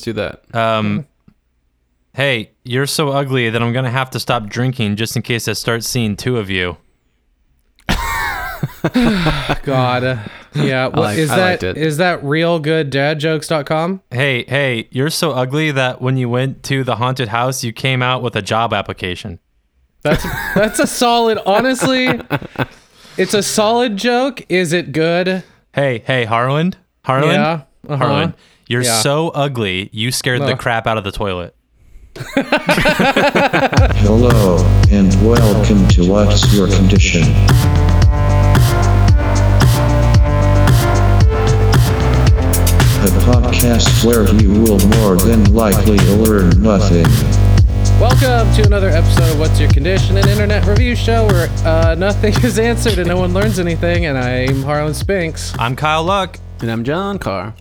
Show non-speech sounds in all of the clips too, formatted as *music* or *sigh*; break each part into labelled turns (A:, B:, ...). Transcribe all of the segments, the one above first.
A: do that.
B: Mm-hmm.
C: Um, hey, you're so ugly that I'm gonna have to stop drinking just in case I start seeing two of you.
B: God. Uh, *laughs* yeah. What,
A: liked-
B: is
A: I
B: that
A: liked it.
B: is that realgooddadjokes.com?
C: Hey, hey, you're so ugly that when you went to the haunted house, you came out with a job application.
B: That's that's a solid honestly. It's a solid joke. Is it good?
C: Hey, hey, Harland, Harland,
B: Yeah, uh-huh.
C: Harland, you're
B: Yeah.
C: so ugly. You scared the
B: Look.
C: crap out of the toilet.
D: Hello, and welcome to What's Your Condition? The podcast where you will more than likely learn nothing.
B: Welcome to another episode of What's Your Condition, an internet review show where uh, nothing *laughs* is answered and no one learns anything. And I'm Harlan Spinks.
C: I'm Kyle Luck. *laughs*
A: And I'm John Carr.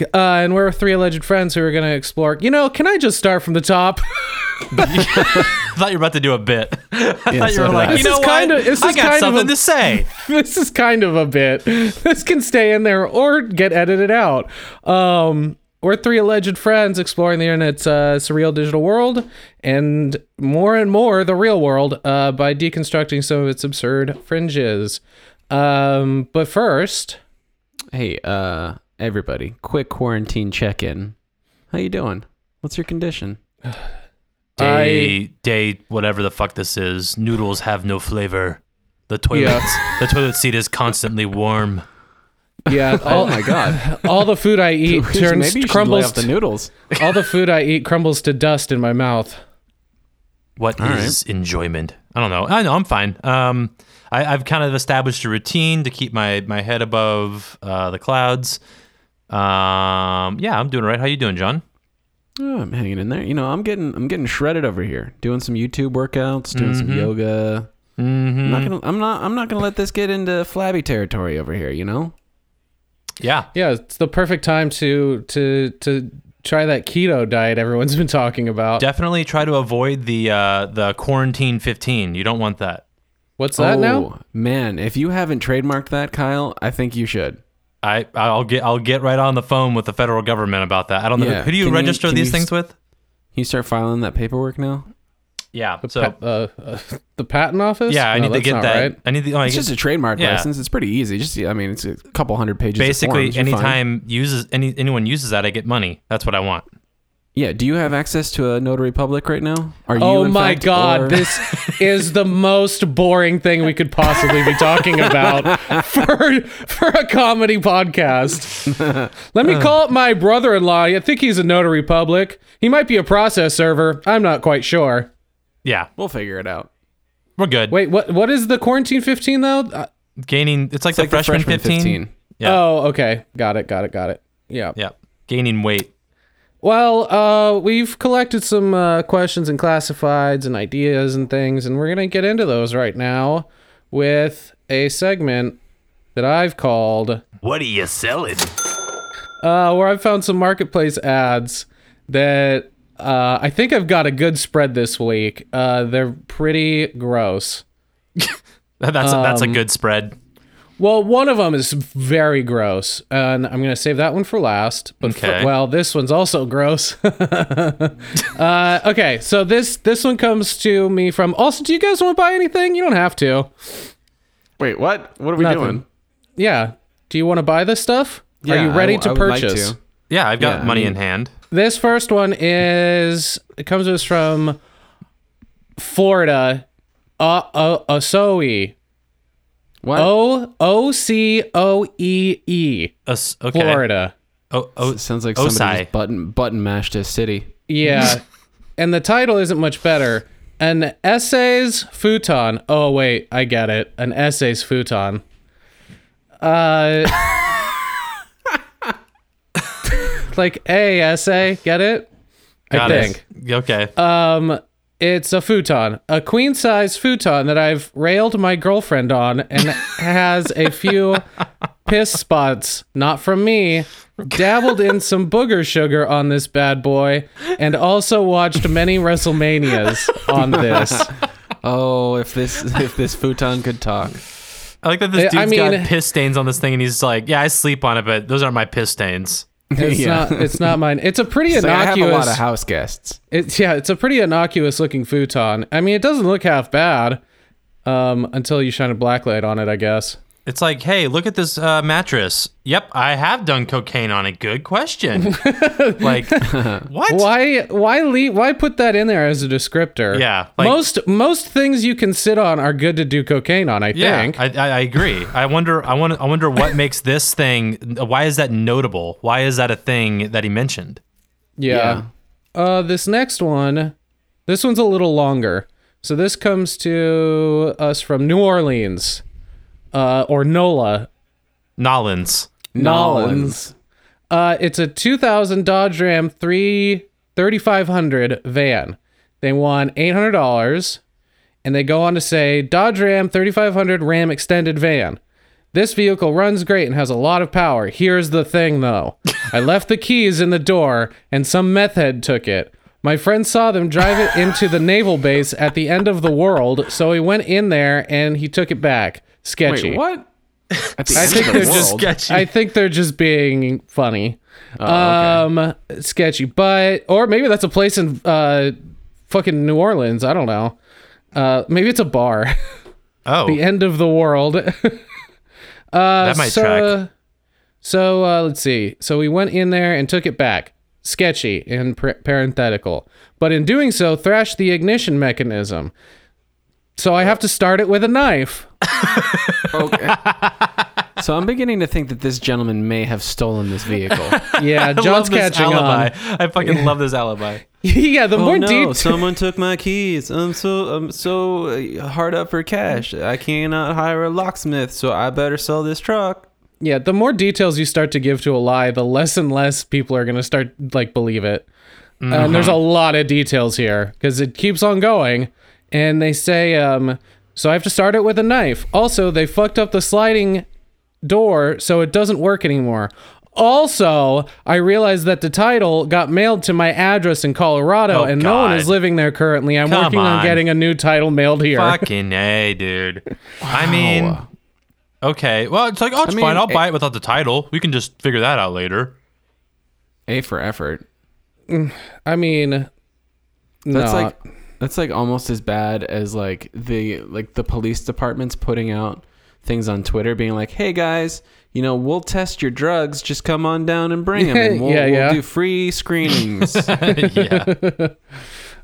B: Uh, and we're three alleged friends who are going to explore. You know, can I just start from the top? *laughs*
C: I thought you were about to do a bit. *laughs* I thought you
A: so
C: were
A: did
C: like,
A: I.
C: you
B: This
C: know
B: is
C: what?
B: kinda- this
C: I
B: is
C: got
B: kind of
C: something
B: a-
C: to say.
B: *laughs* this is kind of a bit. This can stay in there or get edited out. Um, we're three alleged friends exploring the internet's uh, surreal digital world and more and more the real world uh, by deconstructing some of its absurd fringes. Um, but first,
A: Hey, uh, everybody, quick quarantine check-in. How you doing? What's your condition?
B: I
C: Day, day, whatever the fuck this is. Noodles have no flavor. The toilet, *laughs* the toilet seat is constantly warm.
A: *laughs*
B: yeah, all,
A: Oh god!
B: *laughs* all
A: *laughs*
B: the food I eat turns
A: Maybe you should lay
B: crumbles.
A: off the
B: to-
A: noodles.
B: all the food I eat crumbles to dust in my mouth.
C: What is enjoyment? I don't know. I know I'm fine. Um, I, I've kind of established a routine to keep my my head above uh, the clouds. Um, yeah, I'm doing all right. How you doing, John?
A: Oh, I'm hanging in there. You know, I'm getting I'm getting shredded over here. Doing some YouTube workouts, doing some yoga. I'm not gonna I'm not I'm not gonna let this get into flabby territory over here. You know.
C: Yeah,
B: Yeah, it's the perfect time to to to try that keto diet everyone's been talking about.
C: definitely try to avoid the uh, the quarantine 15. You don't want that.
B: What's that
A: Oh.
B: now?
A: man, if you haven't trademarked that, Kyle, I think you should.
C: I I'll get I'll get right on the phone with the federal government about that. I don't know
A: Yeah.
C: who do you
A: Can you-
C: register
A: can
C: these
A: you
C: things
A: s-
C: with.
A: Can you start filing that paperwork now?
C: Yeah.
B: The,
C: So
B: pa- uh, uh, *laughs* the patent office?
C: yeah, I
B: No,
C: need to
B: that's
C: get
B: not
C: that.
B: right.
C: I need to. oh, I
A: It's
C: guess-
A: just a trademark
C: yeah.
A: license. It's pretty easy. Just I mean, it's a couple hundred pages. of
C: basically
A: forms. You're fine.
C: anytime uses any anyone uses that, I get money. That's what I want.
A: Yeah. Do you have access to a notary public right now? Are you?
B: Oh
A: in
B: my
A: fact,
B: god,
A: *laughs* or-
C: *laughs*
B: this is the most boring thing we could possibly be talking
C: *laughs*
B: about for for a comedy podcast. Let me call up my brother-in-law. I think he's a notary public. He might be a process server. I'm not quite sure.
C: Yeah,
A: We'll figure it out.
C: we're good.
B: Wait, what what is the quarantine 15 though? Uh,
C: gaining it's like the
A: like the
C: freshman,
A: freshman
C: 15.
A: 15.
C: Yeah.
B: Oh, okay. Got it. Got it. Got it. Yeah.
C: Yeah. Gaining weight.
B: Well, uh, we've collected some uh, questions and classifieds and ideas and things, and we're going to get into those right now with a segment that I've called
C: What are you selling?
B: uh, where I found some marketplace ads that uh, I think I've got a good spread this week. Uh, they're pretty gross.
C: *laughs* That's a, that's a good spread.
B: Well, one of them is very gross, and I'm going to save that one for last. But fir-
C: Okay.
B: well, this one's also gross. *laughs* uh, okay, so this this one comes to me from. Also, do you guys want to buy anything? You don't have to.
A: Wait, what? What are we
B: Nothing.
A: doing?
B: Yeah. Do you want to buy this stuff? Are you
A: Yeah, I
B: ready
A: w-
B: to
A: I would like
B: purchase?
A: to.
C: Yeah, I've got
A: Yeah, I
C: money in
A: mean-
C: hand.
B: This first one is it comes to us from Florida. Uh, uh, Osoe.
A: What?
B: O O C O E E.
C: Us- okay.
B: Florida.
C: Oh, oh,
A: It sounds like
C: Osai.
A: somebody just button button mashed a city.
C: *laughs*
B: Yeah. and the title isn't much better. An essay's futon. Oh wait, I get it. An essay's futon.
C: *laughs*
B: Uh like a essay, get it?
C: got
B: I
C: it.
B: think.
C: Okay.
B: Um, It's a futon, a queen size futon that I've railed my girlfriend on and has
A: *laughs*
B: a few piss spots, not from me, dabbled in some booger sugar on this bad boy, and also watched many WrestleManias
A: *laughs*
B: on this.
A: Oh, if this *laughs* if this futon could
B: *laughs*
A: talk.
C: I like that this dude's
B: I mean-
C: got piss stains on this thing, and he's like, "Yeah, I sleep on it, but those aren't my piss stains."
B: It's
A: Yeah.
B: not. It's not mine. It's a pretty
A: It's like, I have a lot
B: innocuous.
A: of house guests.
B: it's yeah. It's a pretty innocuous looking futon. I mean, it doesn't look half bad um, until you shine a black light on it. I guess.
C: It's like, hey, look at this uh, mattress. Yep, I have done cocaine on it. Good question. like, what?
B: Why? Why leave? Why put that in there as a descriptor?
C: Yeah, like-
B: most most things you can sit on are good to do cocaine on. I
C: Yeah,
B: think.
C: I, I, I agree. I wonder. I wonder. I wonder what makes this thing. Why is that notable? Why is that a thing that he mentioned?
B: Yeah. Uh, this next one, this one's a little longer. So this comes to us from New Orleans, uh, or NOLA,
C: Nolans.
B: Nolans. Uh, it's a 2000 Dodge Ram 3 3500 van. They won $800 and they go on to say Dodge Ram 3500 Ram extended van. This vehicle runs great and has a lot of power. Here's the thing though. I left the keys in the door and some meth head took it. My friend saw them drive it into the naval base at the end of the world, so he went in there and he took it back. Sketchy.
A: Wait, what? At the
B: I
A: end
B: think
A: of the
B: they're just
A: world?
C: sketchy.
B: I think they're just being funny.
A: Oh,
B: Um, sketchy, but or maybe that's a place in uh, fucking New Orleans. I don't know. Uh, maybe it's a bar. *laughs*
C: Oh,
B: the end of the world. *laughs*
C: that might
B: so,
C: track.
B: So uh, let's see. So we went in there and took it back. Sketchy and par- parenthetical, but in doing so, thrashed the ignition mechanism. So I have to start it with
C: *laughs*
B: a knife.
A: okay. so I'm beginning to think that this gentleman may have stolen this vehicle.
B: Yeah, John's
C: I love this
B: catching
C: alibi. Oh,
B: on.
C: I fucking love this alibi.
B: *laughs* yeah, the more deep.
A: Oh, someone took my keys. I'm so I'm so uh, hard up for cash. I cannot hire a locksmith, so I better sell this truck.
B: Yeah, the more details you start to give to a lie, the less and less people are going to start like believe it. And
C: Mm-hmm.
B: there's a lot of details here because it keeps on going. And they say, um, so I have to start it with a knife. Also, they fucked up the sliding door, so it doesn't work anymore. Also, I realized that the title got mailed to my address in Colorado,
C: Oh,
B: and no one
C: God.
B: is living there currently. I'm
C: Come
B: working on.
C: on.
B: getting a new title mailed here.
C: Fucking a, dude. I mean, okay. Well, it's like, oh,
A: I
C: it's
A: mean,
C: fine. I'll
A: it-
C: buy it without the title. We can just figure that out later. *laughs*
A: A for effort.
B: I mean,
A: That's
B: no.
A: like that's like almost as bad as like the like the police departments putting out things on Twitter being like, "Hey guys, you know, we'll test your drugs. Just come on down and bring them. *laughs* And we'll,
B: Yeah, yeah.
A: we'll do free screenings."
C: yeah.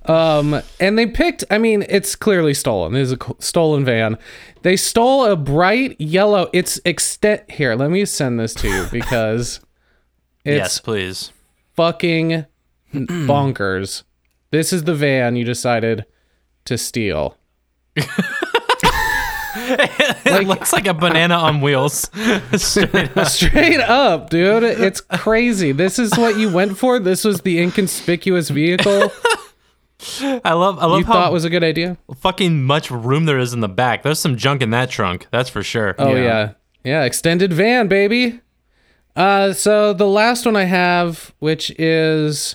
B: Um, and they picked, I mean, it's clearly stolen. This is a co- stolen van. They stole a bright yellow. It's extent here. Let me send this to you because
C: Yes,
B: it's
C: please.
B: fucking *clears throat* bonkers. This is the van you decided to steal.
C: *laughs* it looks like a banana on wheels. *laughs* Straight up.
B: Straight up, dude. It's crazy. This is what you went for. This was the inconspicuous vehicle
C: I love. I love
B: you
C: how
B: thought was a good idea.
C: fucking much room there is in the back. There's some junk in that trunk. That's for sure.
B: Oh
A: Yeah.
B: yeah. yeah. extended van, baby. Uh so the last one I have, which is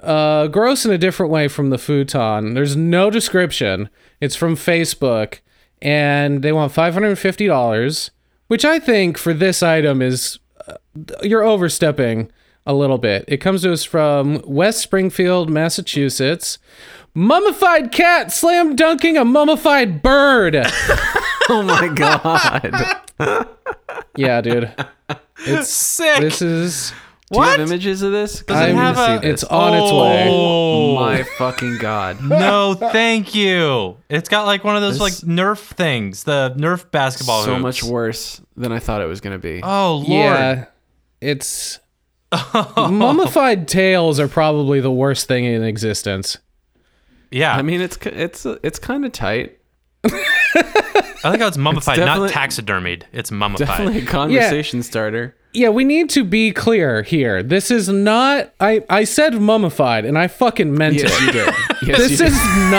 B: uh gross in a different way from the futon. There's no description. It's from Facebook and they want $550, which I think for this item is uh, you're overstepping a little bit. It comes to us from West Springfield, Massachusetts. Mummified cat slam dunking a mummified
A: *laughs*
B: bird. *laughs*
A: oh my god.
B: Yeah, dude.
C: Sick.
B: This is
A: Do you have
C: What?
A: images of this? 'Cause
B: I'm-
A: need to see
B: it's
A: this.
B: on its way.
C: Oh,
A: my fucking god.
C: no, thank you. It's got like one of those like Nerf things, the Nerf basketball.
A: *laughs* so
C: hoops.
A: much worse than I thought it was gonna be.
C: Oh lord.
B: Yeah,
A: *laughs*
B: it's mummified tails are probably the worst thing in existence.
C: Yeah.
A: I mean, it's ki- it's it's kind of tight.
C: I think it's mummified, not
A: definitely-
C: taxidermied. It's mummified.
A: Definitely a conversation starter.
B: Yeah, we need to be clear here. This is not. I I said mummified, and I fucking meant
A: Yes,
B: it.
A: you did. Yes,
B: This
A: you
B: is
A: did.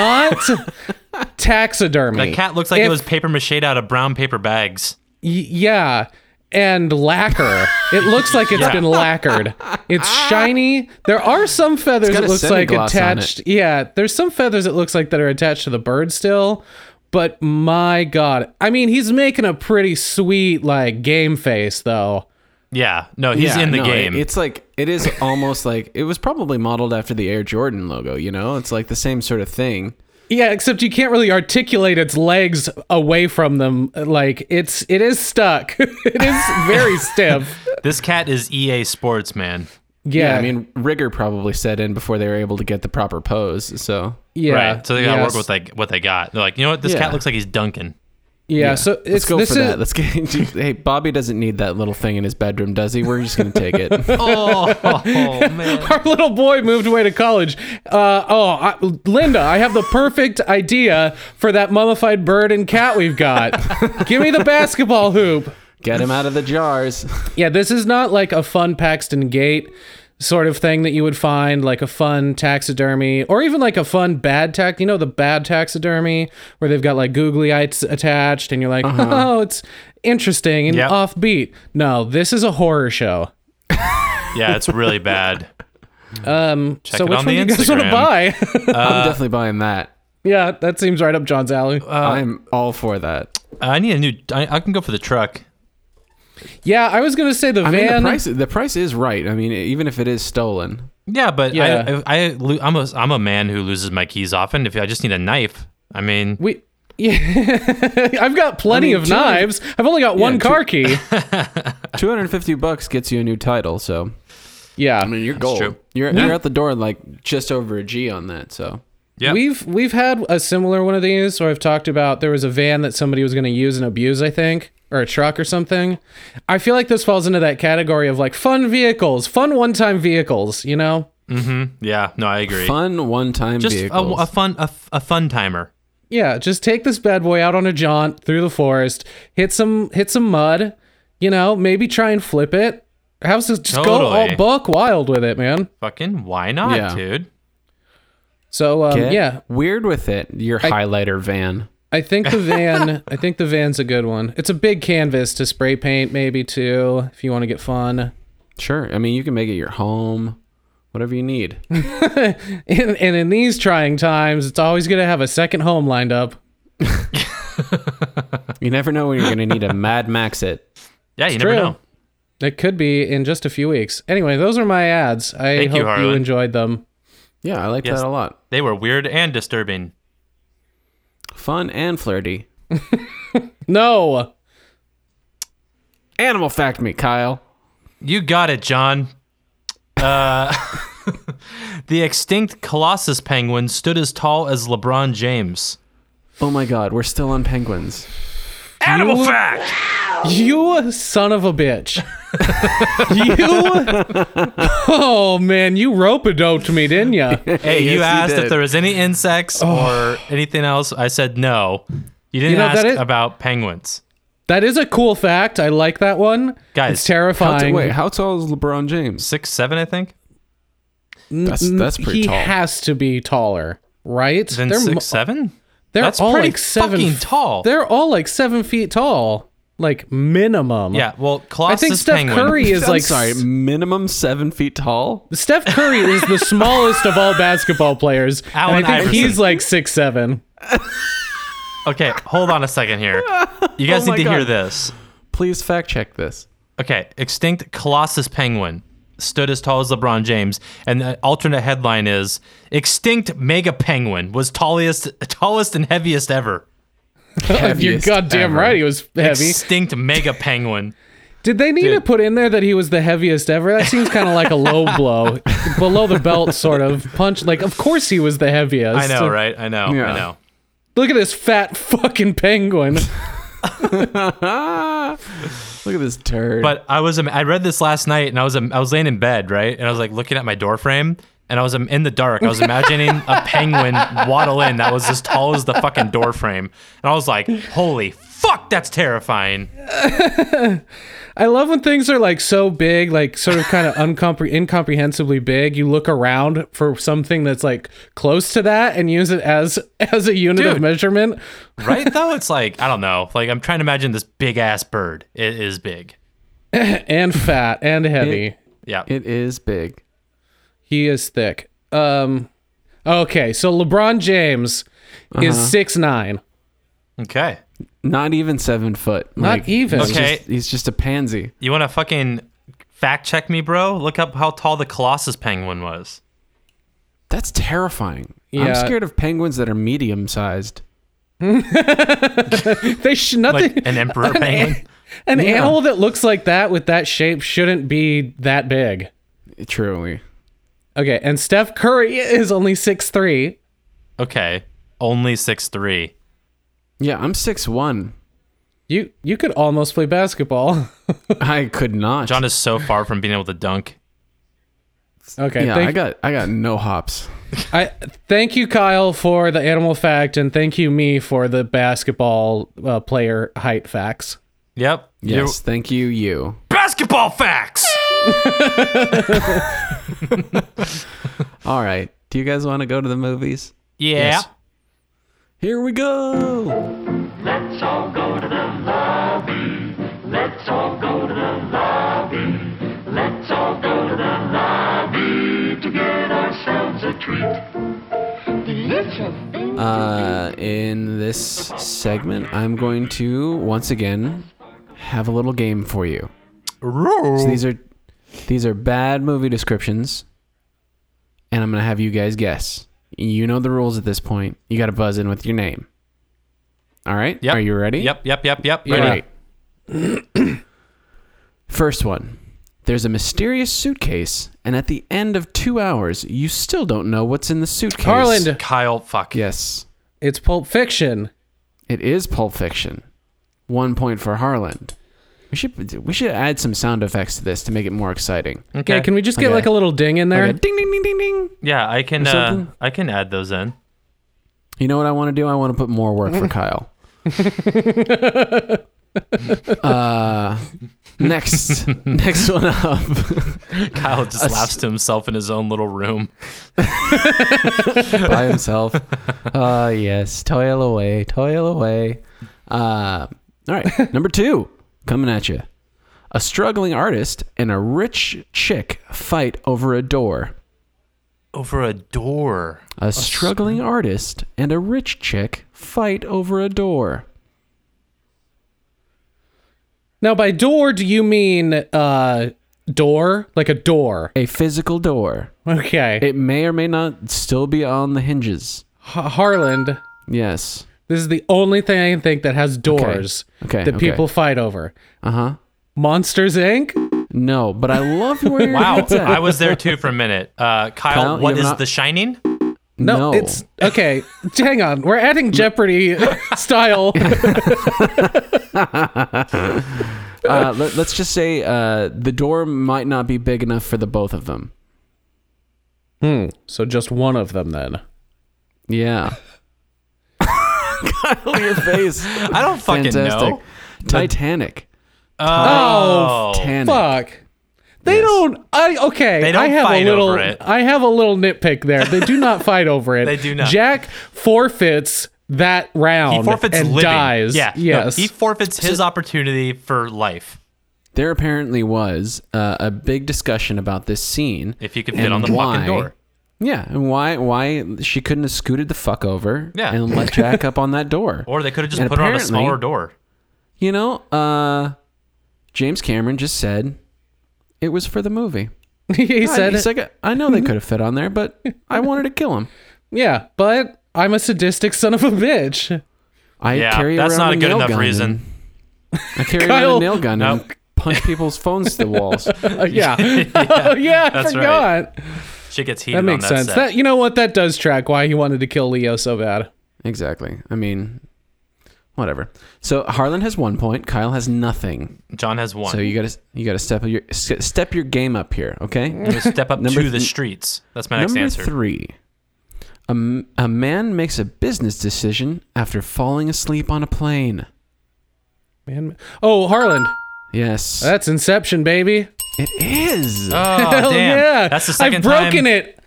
B: not
A: *laughs*
B: taxidermy.
C: The cat looks like it
B: If-
C: was paper mached out of brown paper bags.
B: Y- yeah, and lacquer. it looks like it's
C: Yeah.
B: been lacquered. It's shiny. There are some feathers
A: got
B: it
A: a
B: looks like
A: semi-gloss on it.
B: attached. Yeah, there's some feathers it looks like that are attached to the bird still. But my god, I mean, he's making a pretty sweet like game face though.
C: Yeah, no, he's
A: Yeah,
C: in the
A: no,
C: game.
A: it- it's like it is almost like it was probably modeled after the Air Jordan logo. You know, it's like the same sort of thing.
B: Yeah, except you can't really articulate its legs away from them. Like it's it is stuck. *laughs* it is
A: *laughs*
B: very stiff.
C: this cat is EA Sports, man.
B: Yeah,
A: I mean, rigor probably set in before they were able to get the proper pose. So
B: yeah.
C: right. So they gotta
B: yes.
C: work with like what they got. They're like, you know what, this
A: Yeah.
C: cat looks like he's dunking.
B: Yeah, so it's
A: let's go
B: this
A: for
B: is,
A: that. Let's get. hey, Bobby doesn't need that little thing in his bedroom, does he? We're just gonna take it.
C: *laughs* *laughs* Oh, *laughs* man.
B: *laughs* our little boy moved away to college. Uh, oh, I, Linda, I have the perfect idea for that mummified bird and cat
C: *laughs*
B: we've got. Give me the basketball hoop.
A: get him out of the jars.
B: Yeah, this is not like a fun Paxton Gate sort of thing that you would find, like a fun taxidermy, or even like a fun bad tax. You know, the bad taxidermy where they've got like googly eyes attached, and you're like, oh, it's interesting and
C: Uh-huh. Yep.
B: offbeat. No, this is a horror show.
C: Yeah, it's really bad.
B: Um, so
C: it
B: which
C: on
B: one
C: the
B: do you guys want to
C: Instagram.
B: buy? *laughs*
A: I'm definitely buying that.
B: yeah, that seems right up John's alley.
A: I'm all for that.
C: Uh, I need a new. I, I can go for the truck.
B: Yeah, I was gonna say the
A: I mean,
B: van.
A: the price the price is right. I mean, even if it is stolen,
C: Yeah, but
B: Yeah.
C: I, I, I lo- I'm a I'm a man who loses my keys often. If I just need a knife, I mean,
B: we, *laughs* yeah, I've got
A: I
B: plenty
A: mean,
B: of
A: two-
B: knives. I've only got one
A: two-
B: car
A: *laughs*
B: key.
A: 250 bucks gets you a new title. So
B: Yeah,
A: you're gold.
C: true.
A: You're you're out the door in like just over a G on that. So
C: yeah,
B: We've we've had a similar one of these where I've talked about there was a van that somebody was going to use and abuse, I think, or a truck or something. I feel like this falls into that category of like fun vehicles, fun one-time vehicles, you know?
C: yeah. No, I agree.
A: fun one time
C: just a,
A: vehicles.
C: a fun a, f- a fun timer.
B: Yeah, just take this bad boy out on a jaunt through the forest, hit some hit some mud, you know, maybe try and flip it. Have some, just go
C: Totally.
B: all buck wild with it, man.
C: Fucking why not,
A: Yeah.
C: dude?
B: So um,
A: Get
B: yeah,
A: weird with it. Your highlighter van.
B: I think
C: *laughs*
B: the van. I think the van's a good one. It's a big canvas to spray paint, maybe too, if you want to get fun. *laughs*
A: Sure. I mean, you can make it your home, whatever you
C: *laughs*
A: need.
B: And, and in these trying times, it's always going to have a second home lined up.
A: You never know when you're going to need a Mad Max it.
C: Yeah, you
B: True.
C: never know.
B: It could be in just a few weeks. Anyway, those are my ads. I
C: Thank you,
B: hope you,
C: Harlan.
B: enjoyed them.
A: Yeah, I like
C: Yes.
A: that a lot.
C: They were weird and disturbing.
A: Fun and flirty.
B: No.
A: Animal fact me, Kyle.
C: You got it, John. Uh, *laughs* the extinct Colossus penguin stood as tall as LeBron James.
A: Oh my God, we're still on penguins.
C: Animal fact.
B: You son of a bitch. you. Oh, man. You rope a doped me, didn't you?
C: Hey,
A: Yes,
C: you
A: he
C: asked if
A: did.
C: there was any insects or anything else. I said no. You didn't
B: Oh. know,
C: ask
B: that is-
C: about penguins.
B: That is a cool fact. I like that one.
C: Guys,
B: it's
A: How t-
B: terrifying.
A: wait, how tall is LeBron James?
C: Six seven, I think.
A: That's that's pretty
B: he
A: tall.
B: has to be taller, right?
C: Then
B: They're
C: six
B: mo-
C: seven.
B: They're
C: That's
B: all
C: pretty
B: like seven
C: fucking
B: f-
C: tall.
B: They're all like seven feet tall, like minimum.
C: Yeah, well,
B: I
C: Colossus
B: think Steph
C: penguin.
B: Curry
A: *laughs*
B: is
A: I'm
B: like
A: sorry, minimum seven feet tall.
B: Steph Curry is the smallest of all basketball players.
C: Allen
B: and I think
C: Iverson.
B: he's like six seven. *laughs*
C: Okay, hold on a second here. You
B: Oh
C: guys
A: my
C: need to hear
A: God.
C: this.
A: Please fact check this.
C: Okay, extinct Colossus penguin stood as tall as LeBron James, and the alternate headline is extinct mega penguin was tallest, tallest and heaviest ever.
B: You're
A: Heaviest
B: goddamn
A: ever.
B: right. He was heavy.
C: Extinct mega penguin.
B: Did they need to put in there that he was the heaviest ever? That seems kind of like
C: *laughs*
B: a low blow, below the belt sort of punch. Like, of course he was the heaviest.
C: I know, right? I know,
A: Yeah.
C: I know.
B: Look at this fat *laughs* fucking penguin. Ah.
A: Look at this turd.
C: But I was, I read this last night, and I was, I was laying in bed, right, and I was like looking at my door frame, and I was um, in the dark. I was imagining a penguin waddle in that was as tall as the fucking door frame, and I was like, holy fuck, that's terrifying.
B: I love when things are like so big, like sort of kind of uncompre- incomprehensibly big. You look around for something that's like close to that and use it as as a unit of
C: Dude.
B: measurement.
C: right though it's like i don't know like i'm trying to imagine this big ass bird it is big
B: and fat and heavy.
C: yeah
A: it is big.
B: he is thick. Um okay, so LeBron James
C: Uh-huh.
B: is six nine.
C: okay
A: Not even seven foot.
B: Not even.
A: He's,
C: Okay.
A: just, he's just a pansy.
C: you want to fucking Fact check me, bro. Look up how tall the Colossus penguin was.
A: That's terrifying. I'm
B: Yeah.
A: scared of penguins that are medium sized.
B: They should nothing.
C: Like
A: *laughs*
C: an emperor penguin.
B: an
A: yeah.
B: animal that looks like that with that shape shouldn't be that big.
A: Truly.
B: Okay, and Steph Curry is only six three.
C: Okay, only six three.
A: Yeah, I'm six one.
B: You you could almost play basketball. *laughs*
A: I could not.
C: John is so far from being able to dunk.
B: okay,
A: yeah,
B: thank,
A: I got I got no hops.
B: I thank you, Kyle, for the animal fact, and thank you, me, for the basketball uh, player height facts.
C: Yep.
A: Yes,
C: You're-
A: thank you, you.
C: Basketball facts.
A: All right. Do you guys want to go to the movies?
C: Yeah.
A: Here we go.
E: Let's all go to the lobby. Let's all go to the lobby. Let's all go to the lobby to get ourselves a treat.
F: delicious thing
A: Uh, in this segment, I'm going to once again have a little game for you. So these are these are bad movie descriptions, and I'm gonna have you guys guess. You know the rules at this point. You got to buzz in with your name. All right.
C: Yep.
A: Are you ready?
C: Yep. Yep. Yep. Yep.
B: Yeah.
C: Ready.
A: *coughs* First one. There's a mysterious suitcase, and at the end of two hours, you still don't know what's in the suitcase.
B: Harland,
C: Kyle. Fuck.
A: Yes,
B: it's Pulp Fiction.
A: it is Pulp Fiction. One point for Harland. We should we should add some sound effects to this to make it more exciting.
C: Okay.
B: Yeah, can we just get
A: Okay.
B: like a little ding in there?
A: Like a ding ding ding ding ding.
C: Yeah, I can. Uh,
A: something?
C: I can add those in.
A: You know what I want to do? I want to put more work for Kyle. uh, next, next one up. *laughs*
C: Kyle just laughs to himself in his own little room.
A: by himself. Uh yes, toil away, toil away. Uh, all right, number two coming at you. A struggling artist and a rich chick fight over a door.
C: Over a door.
A: A struggling artist and a rich chick fight over a door.
B: Now, by door, do you mean uh, door, like a door?
A: A physical door.
B: Okay,
A: It may or may not still be on the hinges.
B: Ha- Harland.
A: Yes.
B: This is the only thing I can think that has doors
A: Okay,
B: that
A: okay.
B: people fight over.
A: Uh huh.
B: Monsters Inc.
A: No, but I love where your
B: *laughs*
C: Wow,
A: head's at.
C: I was there too for a minute. Uh, Kyle,
A: Kyle,
C: what
A: you're
C: is
A: not-
C: The Shining?
A: no,
B: it's okay. *laughs* hang on, we're
A: *laughs*
B: adding Jeopardy style.
A: uh, let, us just say uh, the door might not be big enough for the both of them.
B: so just one of them then.
A: Yeah. *laughs* Kyle, your face.
C: *laughs* I don't fucking
A: Fantastic.
C: know.
A: Titanic.
B: Uh,
C: Oh,
A: Titanic.
B: Fuck. They don't. I okay.
C: They don't
B: I have
C: fight
B: a little.
C: over it.
B: I have a little nitpick there. They do not fight over
C: *laughs*
B: it.
C: They do not.
B: Jack forfeits that round.
C: he forfeits
B: and
C: living.
B: dies.
C: Yeah, no,
B: Yes. *laughs*
C: he forfeits his opportunity for life.
A: There apparently was uh, a big discussion about this scene.
C: If you could fit
A: and
C: on the fucking
A: why-
C: door.
A: Yeah, and why why she couldn't have scooted the fuck over
C: Yeah.
A: and let Jack up on that door.
C: *laughs* Or they could have just
A: And
C: put her on a
A: apparently-
C: smaller door.
A: You know, uh, James Cameron just said it was for the movie.
B: he said.
A: He's
B: it.
A: like, I know they could have fit on there, but I wanted to kill him.
B: yeah, but I'm a sadistic son of a bitch.
A: I
C: Yeah,
A: carry
C: that's
A: around
C: not a good
A: nail
C: enough
A: gun
C: reason.
A: and- I carry around
B: Kyle-
A: a nail gun
C: Nope.
A: and punch people's phones to the walls. *laughs*
B: Uh,
C: *laughs*
B: yeah. oh *laughs* yeah. I
C: that's right.
B: forgot.
C: She gets heated
B: That makes
C: on that
B: sense.
C: set.
B: That you know what? That does track why he wanted to kill Leo so bad.
A: Exactly. I mean, whatever. So Harlan has one point. Kyle has nothing.
C: John has one.
A: So you gotta you gotta step your s- step your game up here.
B: *laughs*
A: Okay.
C: Just step up to
A: Number
C: the
A: th-
C: streets. That's my next
A: Number
C: answer.
A: three. A, m- a man makes a business decision after falling asleep on a plane.
B: Man. Oh, Harland.
A: Yes,
B: That's Inception, baby.
A: it is. uh,
C: Oh
B: *laughs* Hell
C: damn!
B: yeah!
C: That's the second
B: I've broken
C: time.
B: it.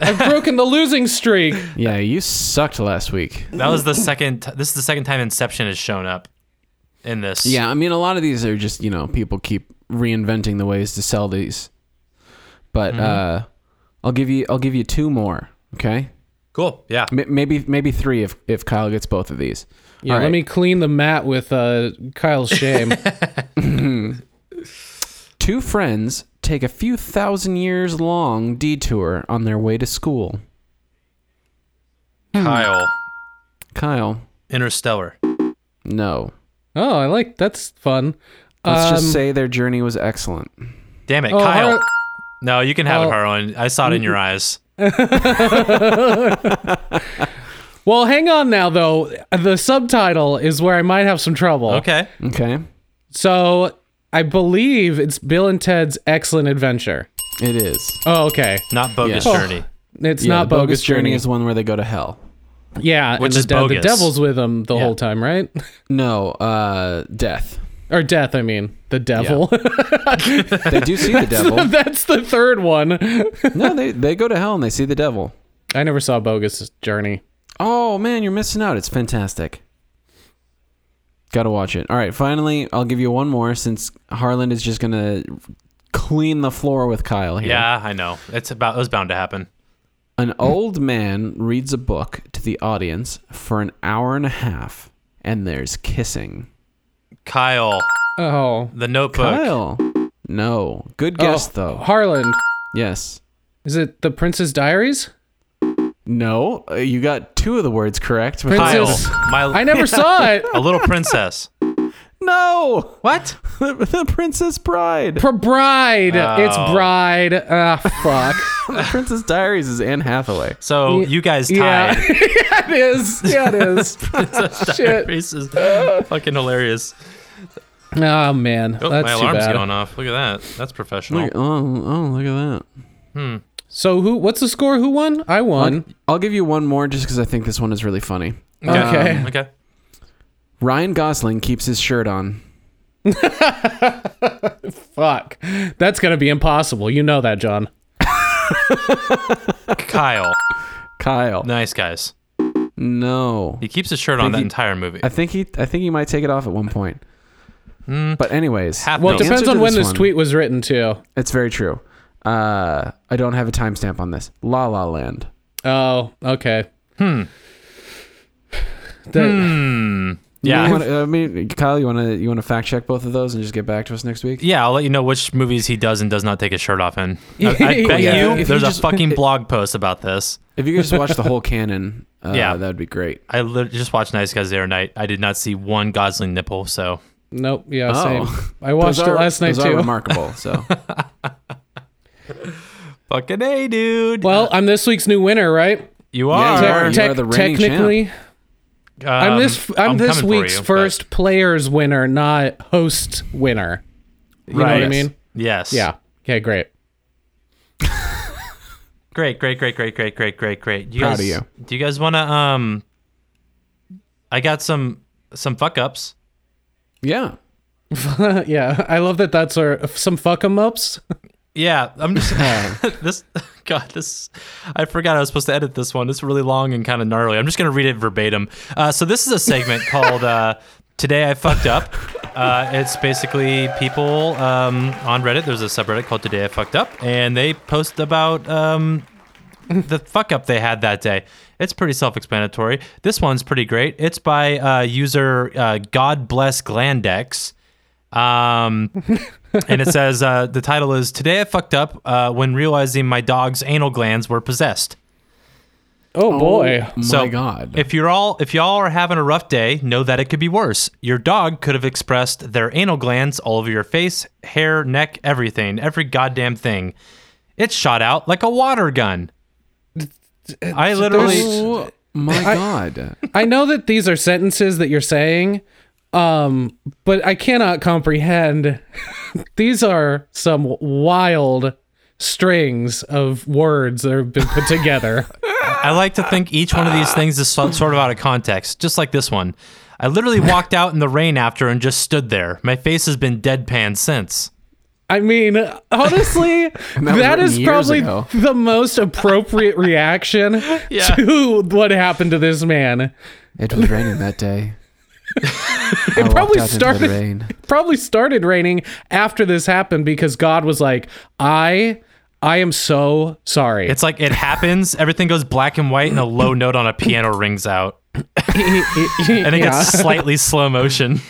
B: I've broken the
C: *laughs*
B: losing streak.
A: yeah, you sucked last week.
C: That was the second. T- this is the second time Inception has shown up in this.
A: Yeah, I mean, a lot of these are just you know people keep reinventing the ways to sell these. But uh, I'll give you I'll give you two more. Okay,
C: Cool. Yeah.
A: M- maybe maybe three if if Kyle gets both of these.
B: Yeah,
A: All
B: let
A: right.
B: me clean
C: *laughs*
B: the mat with uh, Kyle's shame.
A: Two friends take a few thousand years long detour on their way to school. Hmm.
C: Kyle,
A: Kyle,
C: Interstellar.
A: no.
B: Oh, I like that's fun.
A: Let's
B: Um,
A: just say their journey was excellent.
C: Damn it,
B: Oh,
C: Kyle.
B: Har-
C: no, you can have
B: Oh.
C: it,
B: Mm-hmm.
C: Harlan. I saw it in your eyes.
B: Well, hang on now though. The subtitle is where I might have some trouble.
C: Okay.
A: Okay.
B: So I believe it's Bill and Ted's Excellent Adventure.
A: It is.
B: Oh, okay.
C: Not bogus
A: Yeah. Oh.
C: journey.
B: It's
A: Yeah,
B: not
A: the
B: bogus, journey.
A: is one where they go to hell.
B: yeah,
C: Which
B: and
C: is
B: the, de- the
C: bogus.
B: devil's with him the
C: Yeah.
B: whole time, right? *laughs*
A: No, uh, death.
B: or death, I mean, the devil. *laughs*
A: They do see *laughs* the devil.
B: That's the third one.
A: No, they they go to hell and they see the devil.
B: I never saw Bogus Journey.
A: Oh man, you're missing out. It's fantastic. Gotta watch it. All right, finally, I'll give you one more since Harland is just gonna clean the floor with Kyle here.
C: Yeah, I know. It's about it was bound to happen.
A: An old man reads a book to the audience for an hour and a half, and there's kissing.
C: Kyle,
B: Oh,
C: the notebook.
A: Kyle. No. Good guess
B: Oh,
A: though.
B: Harland,
A: Yes.
B: is it the Princess Diaries?
A: No. uh, You got two of the words correct. but-
B: Prince-
C: Kyle,
B: Princess-
C: my
B: I never saw it.
C: *laughs* a little princess.
A: no. *laughs*
C: What?
A: The, the Princess Bride.
B: For Bride, it's
C: Oh.
B: Bride. Ah, fuck.
A: the Princess Diaries is Anne Hathaway.
C: So you guys
B: yeah,
C: tied. *laughs*
B: *laughs* yeah, it is. Yeah, it is. Shit.
C: This is fucking hilarious.
B: *laughs* Oh man,
C: Oh,
B: that's
C: my
B: too
C: alarm's
B: bad.
C: going off. Look at that. That's professional.
A: Look, oh, oh, look at that.
B: So who? What's the score? Who won? I won.
A: I'll give you one more just because I think this one is really funny.
B: uh, Okay.
C: Um, okay.
A: Ryan Gosling keeps his shirt on.
B: Fuck. That's gonna be impossible. You know that, John.
C: Kyle.
A: Kyle.
C: Nice guys.
A: No.
C: He keeps his shirt on that
A: he-
C: entire movie.
A: I think he I think he might take it off at one point. But anyways,
C: Half
B: Well,
C: well,
B: it
A: the
B: depends
A: answer
B: on
A: to
B: when
A: this
B: this
A: one-
B: tweet was written, too.
A: it's very true. Uh, I don't have a timestamp on this. La La Land.
B: Oh, okay. Hmm. That,
A: You
C: Yeah.
A: wanna- I mean, Kyle, you want to you want to fact check both of those and just get back to us next week?
C: Yeah, I'll let you know which movies he does and does not take his shirt off in. I,
A: *laughs*
C: I bet
B: *laughs* Yeah.
C: you
A: If
C: there's
A: you
C: a
A: just-
B: *laughs*
C: fucking blog post about this.
A: If you could just watch the
C: *laughs*
A: whole canon, uh,
C: Yeah.
A: that would be great.
C: I lit- just watched Nice Guys the other night. I did not see one Gosling nipple, so
B: Nope. Yeah,
A: Oh.
B: same. I watched
A: Those
B: it
A: are-
B: last night,
A: those are
B: too.
A: remarkable.
B: *laughs*
A: So
C: fucking a, dude.
B: well, I'm this week's new winner, right?
C: you
A: Yeah,
C: are.
A: you are.
B: Tec- tec-
A: the reigning
B: technically,
C: Um,
B: I'm this I'm,
C: coming
B: this
C: for
B: week's
C: you, but-
B: first players winner, not host winner. You know what I
C: Right.
B: mean?
C: Yes.
B: Yeah. Okay, great. *laughs*
C: Great, great, great, great, great, great, great, great. You
A: Proud of
C: guys,
A: you.
C: Do you guys want to? Um, I got some some fuck ups.
A: yeah,
B: yeah, I love that. That's our some Oh, fuck 'em ups.
C: Yeah, I'm just *laughs* this. God, this. I forgot I was supposed to edit this one. It's really long and kind of gnarly. I'm just gonna read it verbatim. Uh, so this is a segment called uh, "Today I Fucked Up." Uh, it's basically people um, on Reddit. There's a subreddit called "Today I Fucked Up," and they post about um, the fuck up they had that day. It's pretty self-explanatory. This one's pretty great. It's by uh, user uh, God Bless Glandex. Um, and it says uh, the title is "Today I fucked up uh, when realizing my dog's anal glands were possessed."
B: Oh boy.
A: my
C: So,
A: God,
C: If you're all, if y'all are having a rough day, know that it could be worse. Your dog could have expressed their anal glands all over your face, hair, neck, everything, every goddamn thing. It shot out like a water gun. I literally,
A: oh my God,
B: I know that these are sentences that you're saying, um, but I cannot comprehend. *laughs* these are some wild strings of words that have been put together.
C: I like to think each one of these things is so- sort of out of context, just like this one. I literally walked out in the rain after and just stood there. My face has been deadpan since.
B: I mean, honestly,
A: was
B: that
A: written
B: is
A: years
B: probably
A: ago.
B: the most appropriate reaction
C: Yeah.
B: to what happened to this man.
A: it was raining that
B: *laughs*
A: day. It
B: probably started- *laughs* Probably started raining after this happened because God was like, "I, I am so sorry."
C: It's like it happens, everything goes black and white, and a low note on a piano rings out. And it
B: *laughs*
A: *laughs*
B: Yeah.
C: gets slightly slow motion.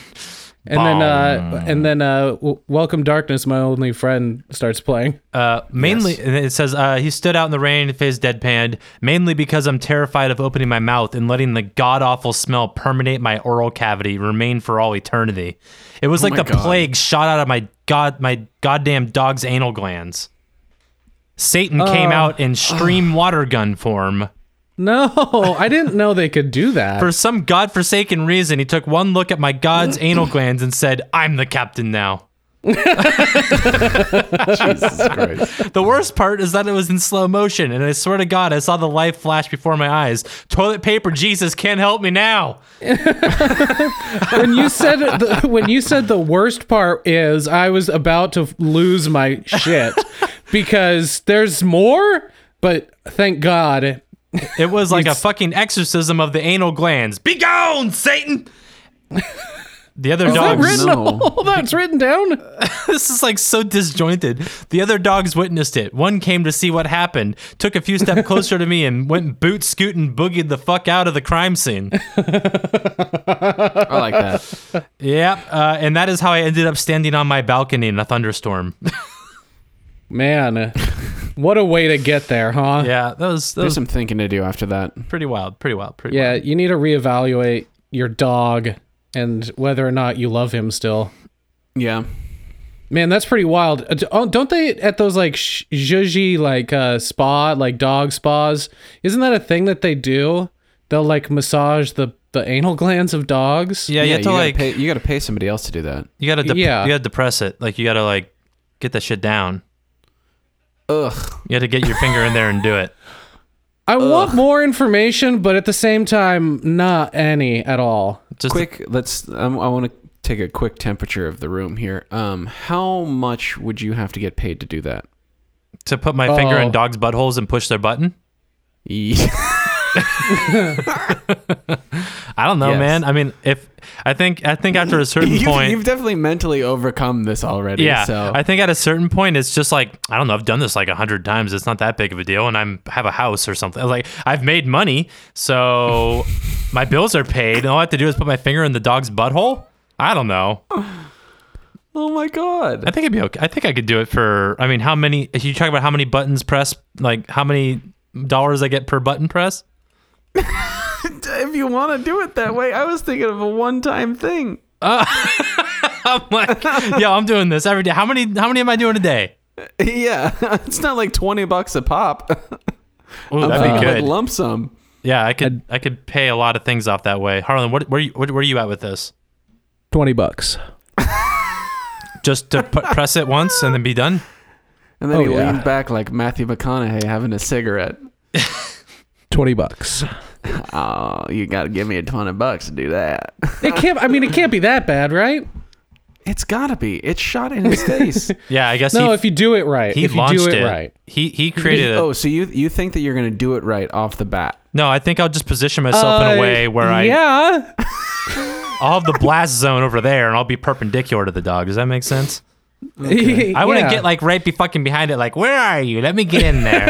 B: And then, uh, and then, uh, w- "Welcome Darkness, My Only Friend" starts playing. *laughs*
C: Uh, mainly, and it says uh, he stood out in the rain, face deadpanned, mainly because I'm terrified of opening my mouth and letting the god awful smell permeate my oral cavity, remain for all eternity. It was like
A: Oh my
C: the
A: God.
C: plague shot out of my god, my goddamn dog's anal glands. Satan came
A: Oh.
C: out in stream water gun form.
B: No, I didn't know they could do that.
C: For some godforsaken reason, he took one look at my god's anal glands and said, "I'm the captain now."
A: Jesus Christ.
C: The worst part is that it was in slow motion, and I swear to God, I saw the life flash before my eyes. Toilet paper, Jesus can't help me now.
B: when you said the, when you said the worst part is I was about to lose my shit
C: *laughs*
B: because there's more, but thank God.
C: It was like a fucking exorcism of the anal glands. Be gone, Satan! The other
B: I've
C: dogs.
B: written
A: no.
B: *laughs* all that's written down.
C: This is like so disjointed. The other dogs witnessed it. One came to see what happened, took a few steps closer to me, and went boot scooting boogied the fuck out of the crime scene.
A: I like that.
C: Yep. Uh, and that is how I ended up standing on my balcony in a thunderstorm. *laughs*
B: Man, what a way to get there, huh?
C: yeah, that was that
A: There's
C: was
A: some thinking to do after that.
C: pretty wild. Pretty wild. Pretty
B: Yeah, you need to reevaluate your dog and whether or not you love him still.
A: Yeah.
B: Man, that's pretty wild. Uh, d- Oh, don't they at those like sh- zhuzhi like uh, spa like dog spas? Isn't that a thing that they do? They'll like massage the the anal *laughs* glands of dogs.
C: Yeah, you have to
A: gotta
C: like
A: pay, you got to pay somebody else to do that.
C: you gotta dep
B: Yeah.
C: you gotta depress it. Like you gotta like get that shit down.
A: Ugh.
C: You gotta get your finger in there and do it.
B: I want more information, but at the same time, not any at all.
C: Just
A: Quick, let's um, I want to take a quick temperature of the room here. Um how much would you have to get paid to do that? *laughs*
C: to put my finger
B: Oh.
C: in dogs' buttholes and push their button.
A: Yeah.
C: I don't know,
A: Yes.
C: man. I mean, if I think I
A: *laughs*
C: think after a certain
A: you've,
C: point,
A: you've definitely mentally overcome this already.
C: yeah,
A: So
C: I think at a certain point, it's just like I don't know. I've done this like a hundred times. It's not that big of a deal, and I'm have a house or something. Like I've made money, so my bills are paid, and all I have to do is put my finger in the dog's butthole. I don't know.
A: oh my god.
C: I think it'd be okay. I think I could do it for. I mean, how many? If you talk about how many buttons press, like how many dollars I get per button press. *laughs*
A: If you want to do it that way, I was thinking of a one-time thing. *laughs*
C: I'm like, yo, I'm doing this every day. How many? How many am I doing a day?
A: Yeah, *laughs* it's not like twenty bucks a pop. *laughs*
C: Ooh, that'd be
A: Like
C: good.
A: lump sum.
C: Uh, yeah, I could. I could pay a lot of things off that way. Harlan, what? Where you? What, where are you at with this?
B: Twenty bucks.
C: Just to put, press it once and then be done.
A: And then
B: Oh,
A: he
B: yeah.
A: leaned back like Matthew McConaughey having a cigarette.
B: Twenty bucks.
A: Oh, you got to give me a twenty bucks to do that. *laughs*
B: It can't. I mean, it can't be that bad, right?
A: It's gotta be. It's shot in his face.
C: Yeah, I guess.
B: No,
C: he,
B: if you do it right.
C: he
B: if you
C: launched
B: do it,
C: it,
B: right.
C: He he created a
A: oh, so you you think that you're gonna do it right off the bat?
C: no. I think I'll just position myself in
B: Uh,
C: a way where I
B: yeah.
C: I'll have the blast zone over there and I'll be perpendicular to the dog. Does that make sense? I wouldn't
B: Yeah.
C: get like right be fucking behind it. Like, where are you? Let me get in
B: *laughs*
C: there.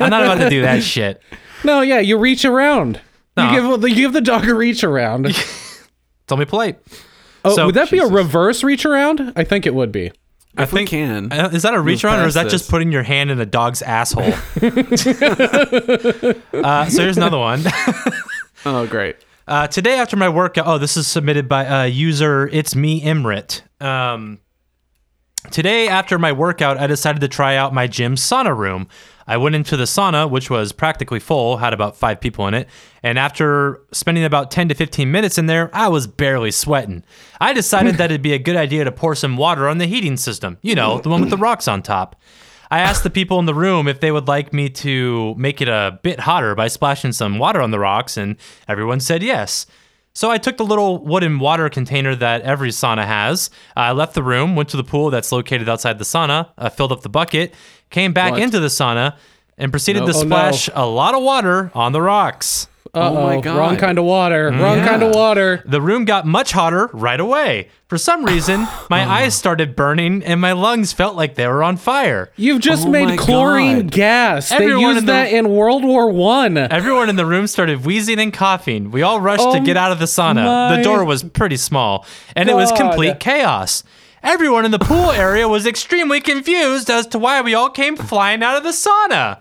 C: I'm not about to do that shit.
B: No, yeah, you reach around.
C: No.
B: You give the you give the dog a reach around.
C: Tell me polite.
B: Oh,
C: So-
B: would that be a reverse reach around? I think it would be.
C: I think
A: we can.
C: Uh, Is that a reach around or
A: past
C: is that
A: this.
C: just putting your hand in a dog's asshole?
B: *laughs*
C: uh, so here's another one.
A: Oh, great.
C: Uh, today after my workout, oh, this is submitted by uh, user it's me Imrit. Um, today after my workout, I decided to try out my gym sauna room. I went into the sauna, which was practically full, had about five people in it, and after spending about 10 to 15 minutes in there, I was barely sweating. I decided that it'd be a good idea to pour some water on the heating system, you know, the one with the rocks on top. I asked the people in the room if they would like me to make it a bit hotter by splashing some water on the rocks, and everyone said yes. So I took the little wooden water container that every sauna has. I left the room, went to the pool that's located outside the sauna, uh, filled up the bucket, came back into the sauna, and proceeded
A: Nope.
C: to
A: Oh,
B: no.
C: splash a lot of water on the rocks.
B: Uh-oh,
A: my God.
B: Wrong kind of water. Wrong
A: Yeah.
B: kind of water.
C: The room got much hotter right away. For some reason,
B: *sighs*
C: my eyes started burning and my lungs felt like they were on fire.
B: You've just
A: Oh my
B: made chlorine
A: God.
B: gas.
C: Everyone
B: they used
C: in the-
B: that in World War
C: *laughs*
B: One.
C: Everyone in the room started wheezing and coughing. We all rushed to
B: Oh
C: get out of the sauna.
B: my
C: The door was pretty small, and it was
B: God.
C: complete chaos. Everyone in the pool area was extremely confused as to why we all came flying out of the sauna.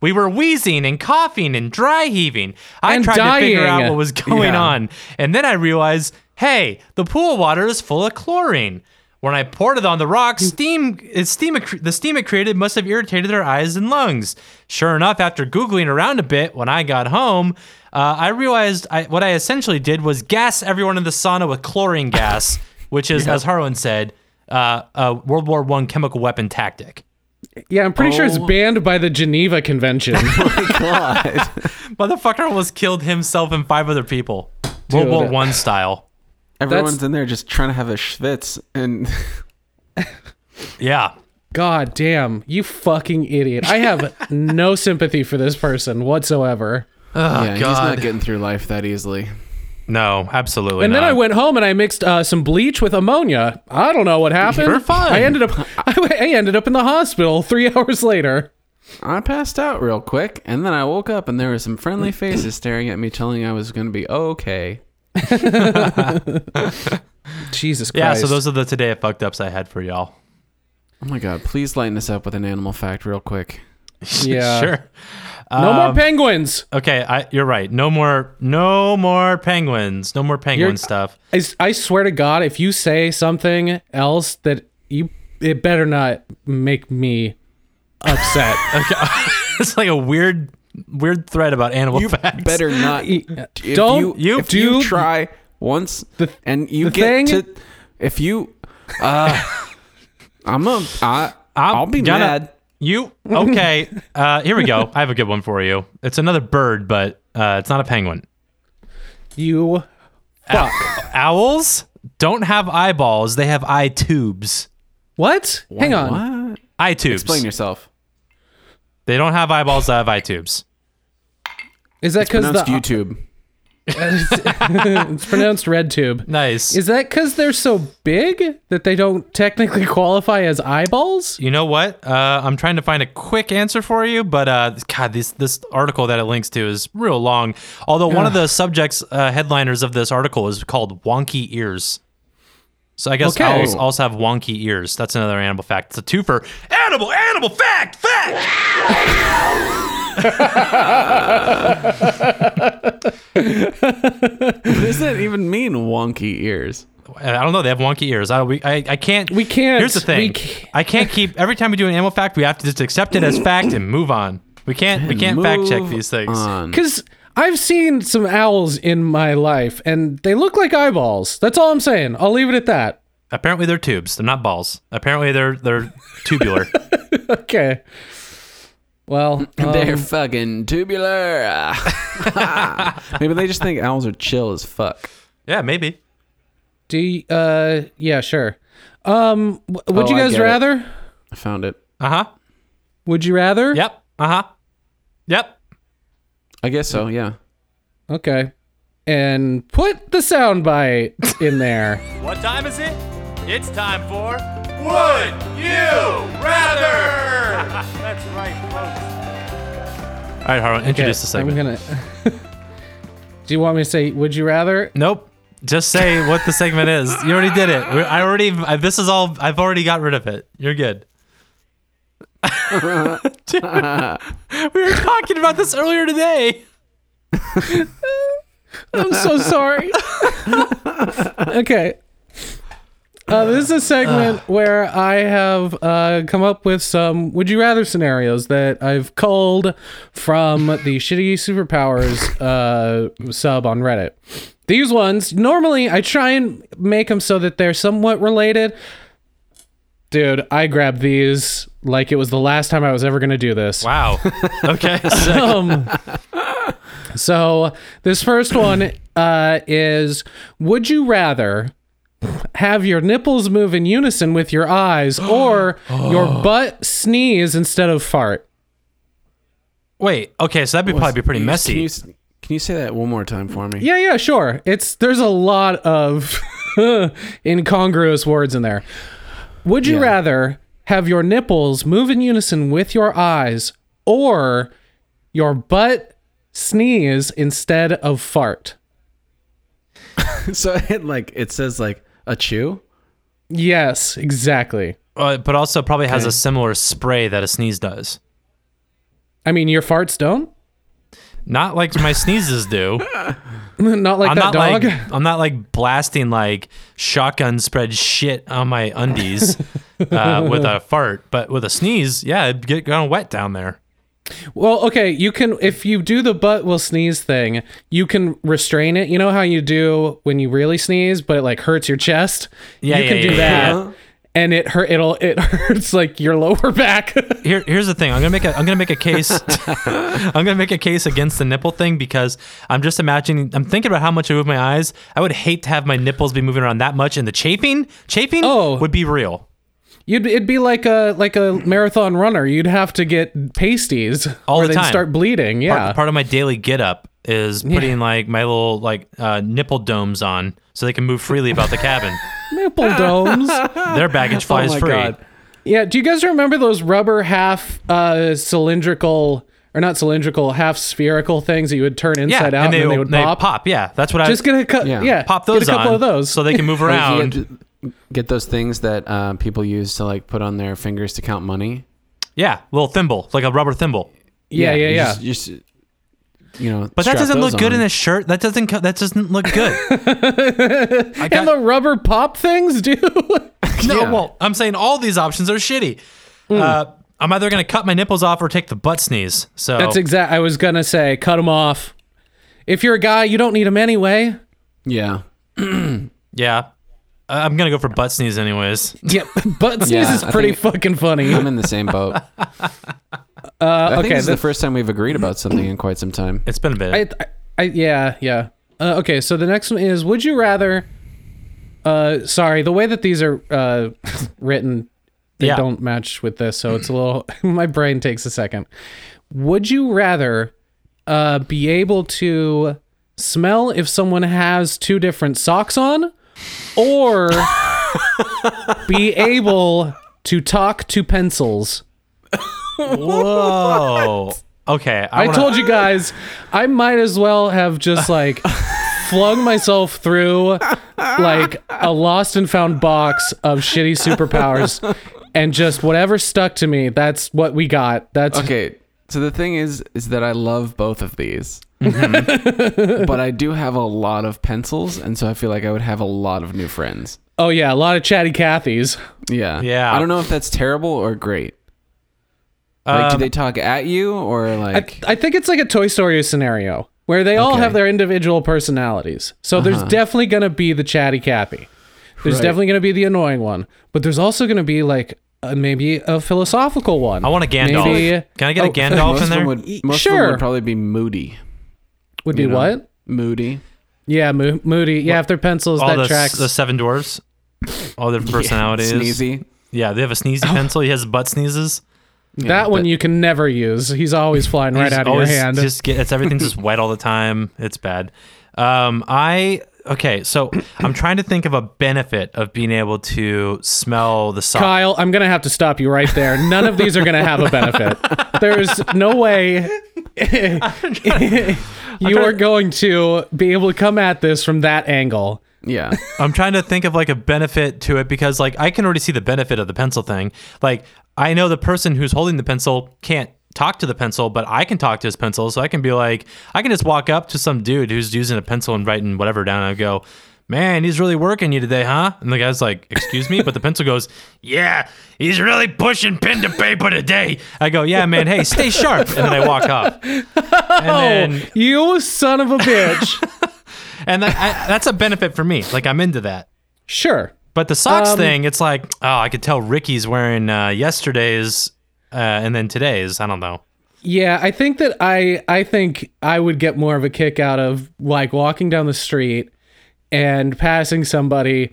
C: We were wheezing and coughing and dry heaving. I
B: And
C: tried to figure
B: dying.
C: out what was going
B: Yeah.
C: on, and then I realized, hey, the pool water is full of chlorine. When I poured it on the rocks, steam, it steam it cre- the steam it created must have irritated their eyes and lungs. Sure enough, after googling around a bit, when I got home, uh, I realized I, what I essentially did was gas everyone in the sauna with chlorine
B: *laughs*
C: gas, which is, as Harlan said, uh, a World War One chemical weapon tactic.
B: Yeah, I'm pretty sure it's
A: Oh.
B: banned by the
C: *laughs*
B: Geneva Convention.
A: God.
C: Motherfucker almost killed himself and five other people, World War
B: Dude.
C: One style.
A: Everyone's in there just trying to have a schwitz, and *laughs*
C: Yeah.
B: God damn, you fucking idiot. I have no sympathy for this person whatsoever.
C: Oh,
A: yeah, he's not getting through life that easily.
C: No, absolutely.
B: And then
C: not.
B: I went home and I mixed uh, some bleach with ammonia. I don't know what happened.
C: You're fine.
B: I ended up *laughs* I, I ended up in the hospital 3 *laughs* hours later.
A: I passed out real quick, and then I woke up, and there were some friendly faces staring at me, telling I was going to be okay.
B: Jesus Christ.
C: Yeah, so those are the today I fucked ups I had for y'all.
A: Oh my god! Please lighten us up with an animal fact, real quick. Uh,
B: Yeah.
C: sure. Um,
B: No more penguins.
C: Okay, I, you're right. No more, no more penguins. No more penguin
B: You're-
C: stuff. *laughs*
B: I, s- I swear to God, if you say something else that you it better not make me
A: *laughs*
B: upset.
C: it's like a weird, weird thread about animal *laughs* facts.
A: Better
B: *laughs*
A: not. If
B: E, Don't
A: you,
C: you
A: if you
B: do-
A: try once, and you
B: the
A: get
B: thing-
A: to if you. Uh, I'm a. I,
C: I'm
A: I'll be
C: gonna-
A: mad.
C: You okay? Uh, here we go. I have a good one for you. It's another bird, but uh, it's not a penguin.
B: you fuck.
C: Owls don't have eyeballs; they have eye tubes.
B: What? Hang on.
A: What?
C: Eye tubes.
A: Explain yourself.
C: They don't have eyeballs; they have eye tubes.
B: Is that because
A: Pronounce
B: the uh,
A: YouTube. *laughs*
B: *laughs* it's pronounced red tube?
C: Nice.
B: Is that because they're so big that they don't technically *laughs* qualify as eyeballs?
C: You know what? Uh, I'm trying to find a quick answer for you, but uh, God, this this article that it links to is real long. Although one of the subjects uh, headliners of this article is called "wonky ears," so I guess
B: Okay.
C: owls also have wonky ears. That's another animal fact. It's a twofer. Animal, animal fact, fact.
A: what does that even mean? Wonky ears.
C: I don't know. They have wonky ears. I we, I, I can't.
B: We can't.
C: Here's the
B: We
C: thing.
B: ca-
C: I can't keep every time we do an animal fact. We have to just accept it as fact and move on. We can't. We can't fact check
A: Move
C: these
B: *laughs*
C: things.
A: on.
B: Because I've seen some owls in my life and they look like eyeballs. That's all I'm saying. I'll leave it at that.
C: Apparently they're tubes. They're not balls. Apparently they're they're
B: *laughs*
C: tubular.
B: Okay. Well,
A: They're
B: um,
A: fucking
B: *laughs*
A: tubular. *laughs* Maybe they just think owls are chill as fuck.
C: yeah, maybe.
B: do you, uh, yeah, sure. Um, w- would
A: Oh,
B: you
A: I
B: guys
A: get it.
B: rather?
A: I found it.
C: Uh huh.
B: Would you rather?
C: Yep. Uh huh. Yep.
A: I guess so. Yeah.
B: Okay. And put the soundbite
A: *laughs*
B: in there.
C: What time is it? It's time for Would You Rather? *laughs* That's right, folks. All right, Harlan, introduce the segment.
B: I'm gonna. *laughs* Do you want me to say? Would you rather?
C: Nope. Just say what the segment is. You already did it. We're- I already. I, this is all. I've already got rid of it. You're
B: *laughs*
C: good. *laughs* Dude, we were talking about this earlier today.
B: I'm so sorry. okay. Uh, this is a segment where I have uh, come up with some would you rather scenarios that I've culled from the shitty superpowers uh, sub on Reddit. These ones, normally I try and make them so that they're somewhat related. Dude, I grabbed these like it was the last time I was ever going to do this.
C: *laughs* Wow. Okay.
A: *laughs*
C: sick.
B: Um, so this first one uh, is: Would you rather have your nipples move in unison with your eyes, or your butt sneeze instead of fart?
C: Wait. Okay. So that'd be probably be pretty
A: Can
C: messy.
A: you s- Can you, say that one more time for me?
B: Yeah, yeah, sure. It's there's a lot of *laughs* incongruous words in there. Would you
A: Yeah.
B: rather have your nipples move in unison with your eyes or your butt sneeze instead of fart?
A: *laughs* So it like it says like a chew.
B: Yes, exactly.
C: Uh, but also probably has a similar spray that a sneeze does.
B: I mean, your farts don't? *laughs*
C: Not like my
A: *laughs*
C: sneezes do.
B: not like
C: I'm not
B: that dog.
C: like I'm not like blasting like shotgun spread shit on my
A: *laughs*
C: undies uh, with a fart, but with a sneeze, yeah, it'd get kind of wet down there.
B: Well, okay, you can if you do the butt will sneeze thing, you can restrain it. You know how you do when you really sneeze, but it like hurts your chest.
C: Yeah,
B: you
C: yeah,
B: can do
C: yeah,
B: that,
C: yeah.
B: and it hurt. It'll it *laughs* hurts like your lower back. *laughs*
C: Here, here's the thing. I'm gonna make a I'm gonna make a case. *laughs* I'm gonna make a case against the nipple thing because I'm just imagining. I'm thinking about how much I move my eyes. I would hate to have my nipples be moving around that much, and the chafing, chafing,
B: Oh.
C: would be real.
B: You'd it'd be like a like a marathon runner. You'd have to get pasties
C: All
B: or
C: the
B: they'd
C: time.
B: start bleeding.
C: Part,
B: Yeah,
C: part of my daily get up is putting like my little like uh, nipple domes on so they can move freely about the
B: *laughs*
C: cabin.
B: nipple
C: *laughs*
B: domes.
C: Their
B: Oh
C: baggage flies
A: my
C: free.
A: God.
B: Yeah, do you guys remember those rubber half uh cylindrical or not cylindrical, half spherical things that you would turn
C: Yeah,
B: inside out
C: and they,
B: then would pop?
C: Yeah, that's what I
B: Just gonna cut,
A: Yeah.
B: yeah.
C: pop those
B: Get a couple
C: on
B: of those.
C: so they can
B: *laughs*
C: move
A: Like,
C: around.
A: you get, get those things that uh, people use to like put on their fingers to count money.
C: yeah, little thimble, like a rubber thimble.
B: yeah, yeah,
A: you
B: yeah.
A: just- you just, you know,
C: But that
A: strap
C: doesn't
A: those
C: look good
A: on.
C: in a shirt. That doesn't co- that doesn't look
B: *laughs*
C: good. I got-
B: and the rubber pop things, *laughs* dude.
C: no,
A: yeah.
C: well, I'm saying all these options are shitty.
B: Hmm.
C: Uh, I'm either gonna cut my nipples off or take the butt sneeze. So
B: That's exact. I was gonna say, cut them off. If you're a guy, you don't need them anyway.
A: Yeah.
C: yeah, I- I'm gonna go for butt sneeze anyways.
B: *laughs* Yep, butt sneeze
A: Yeah,
B: is
A: I
B: pretty
A: think-
B: fucking funny.
A: I'm in the same *laughs* boat. Uh, I think
B: okay,
A: this is
B: the-
A: the first time we've agreed about something in quite some time.
C: It's been a bit.
B: I, I, I yeah, yeah. Uh, okay, so the next one is: Would you rather? Uh, sorry, the way that these are uh, *laughs* written, they
C: Yeah.
B: don't match with this, so it's a little. *laughs* my brain takes a second. Would you rather uh, be able to smell if someone has two different socks on, or be able to talk to pencils?
C: Whoa. Okay,
B: I
C: wanna-
B: told you guys, I might as well
C: *laughs*
B: have just like flung myself through like a lost and found box of shitty superpowers and just whatever stuck to me, that's what we got. That's
A: Okay. So the thing is, is that I love both of these, but I do have a lot of pencils, and so I feel like I would have a lot of new friends.
B: Oh yeah, a lot of chatty Cathy's.
A: Yeah.
C: Yeah.
A: I don't know if that's terrible or great. Like, do
C: Um,
A: they talk at you or
B: I,
A: like?
B: I think it's like a Toy Story scenario where they all
A: Okay.
B: have their individual personalities. So there's
C: Uh-huh.
B: definitely going to be the chatty Cathy. There's
A: Right.
B: definitely going to be the annoying one, but there's also going to be like uh, maybe a philosophical one.
C: I want a Gandalf.
B: Maybe-
C: Can I get a
B: oh, *laughs*
C: Gandalf
A: most
C: in
A: of them
C: there?
A: would, most of them
B: Sure.
A: would probably be moody.
B: Would be
A: you know?
B: what?
A: Moody.
B: Yeah, mo- Moody. Yeah, if they're pencils,
C: all
B: that
C: the,
B: tracks.
C: the seven dwarfs, all their personalities.
A: Sneezy.
C: Yeah, they have a
B: *laughs* Oh.
C: sneezy pencil. He has butt sneezes.
B: that one
A: but-
B: you can never use. He's always flying right
C: He's
B: out of your
C: always
B: hand.
C: Just get, it's everything's just wet all the time. It's bad. Um, I okay. So I'm trying to think of a benefit of being able to smell the sock.
B: Kyle, I'm gonna have to stop you right there. None of these are gonna have
C: *laughs*
B: a benefit. There's no way *laughs* you are going to be able to come at this from that angle.
A: Yeah.
C: I'm trying to think of like a benefit to it because like I can already see the benefit of the pencil thing. Like I know the person who's holding the pencil can't talk to the pencil, but I can talk to his pencil, so I can be like I can just walk up to some dude who's using a pencil and writing whatever down and I go, "Man, he's really working you today, huh?" And the guy's like, "Excuse me?" But the pencil goes, "Yeah, he's really pushing pen to paper today." I go, "Yeah, man. Hey, stay sharp." And then I walk off. And then
B: You son of a bitch.
C: *laughs* and that, I, that's a benefit for me. Like I'm into that.
B: sure.
C: But the socks
B: Um,
C: thing, it's like, oh, I could tell Ricky's wearing uh, yesterday's uh, and then today's. I don't know.
B: Yeah, I think that I I think I would get more of a kick out of like walking down the street
C: *laughs*
B: and *laughs* passing somebody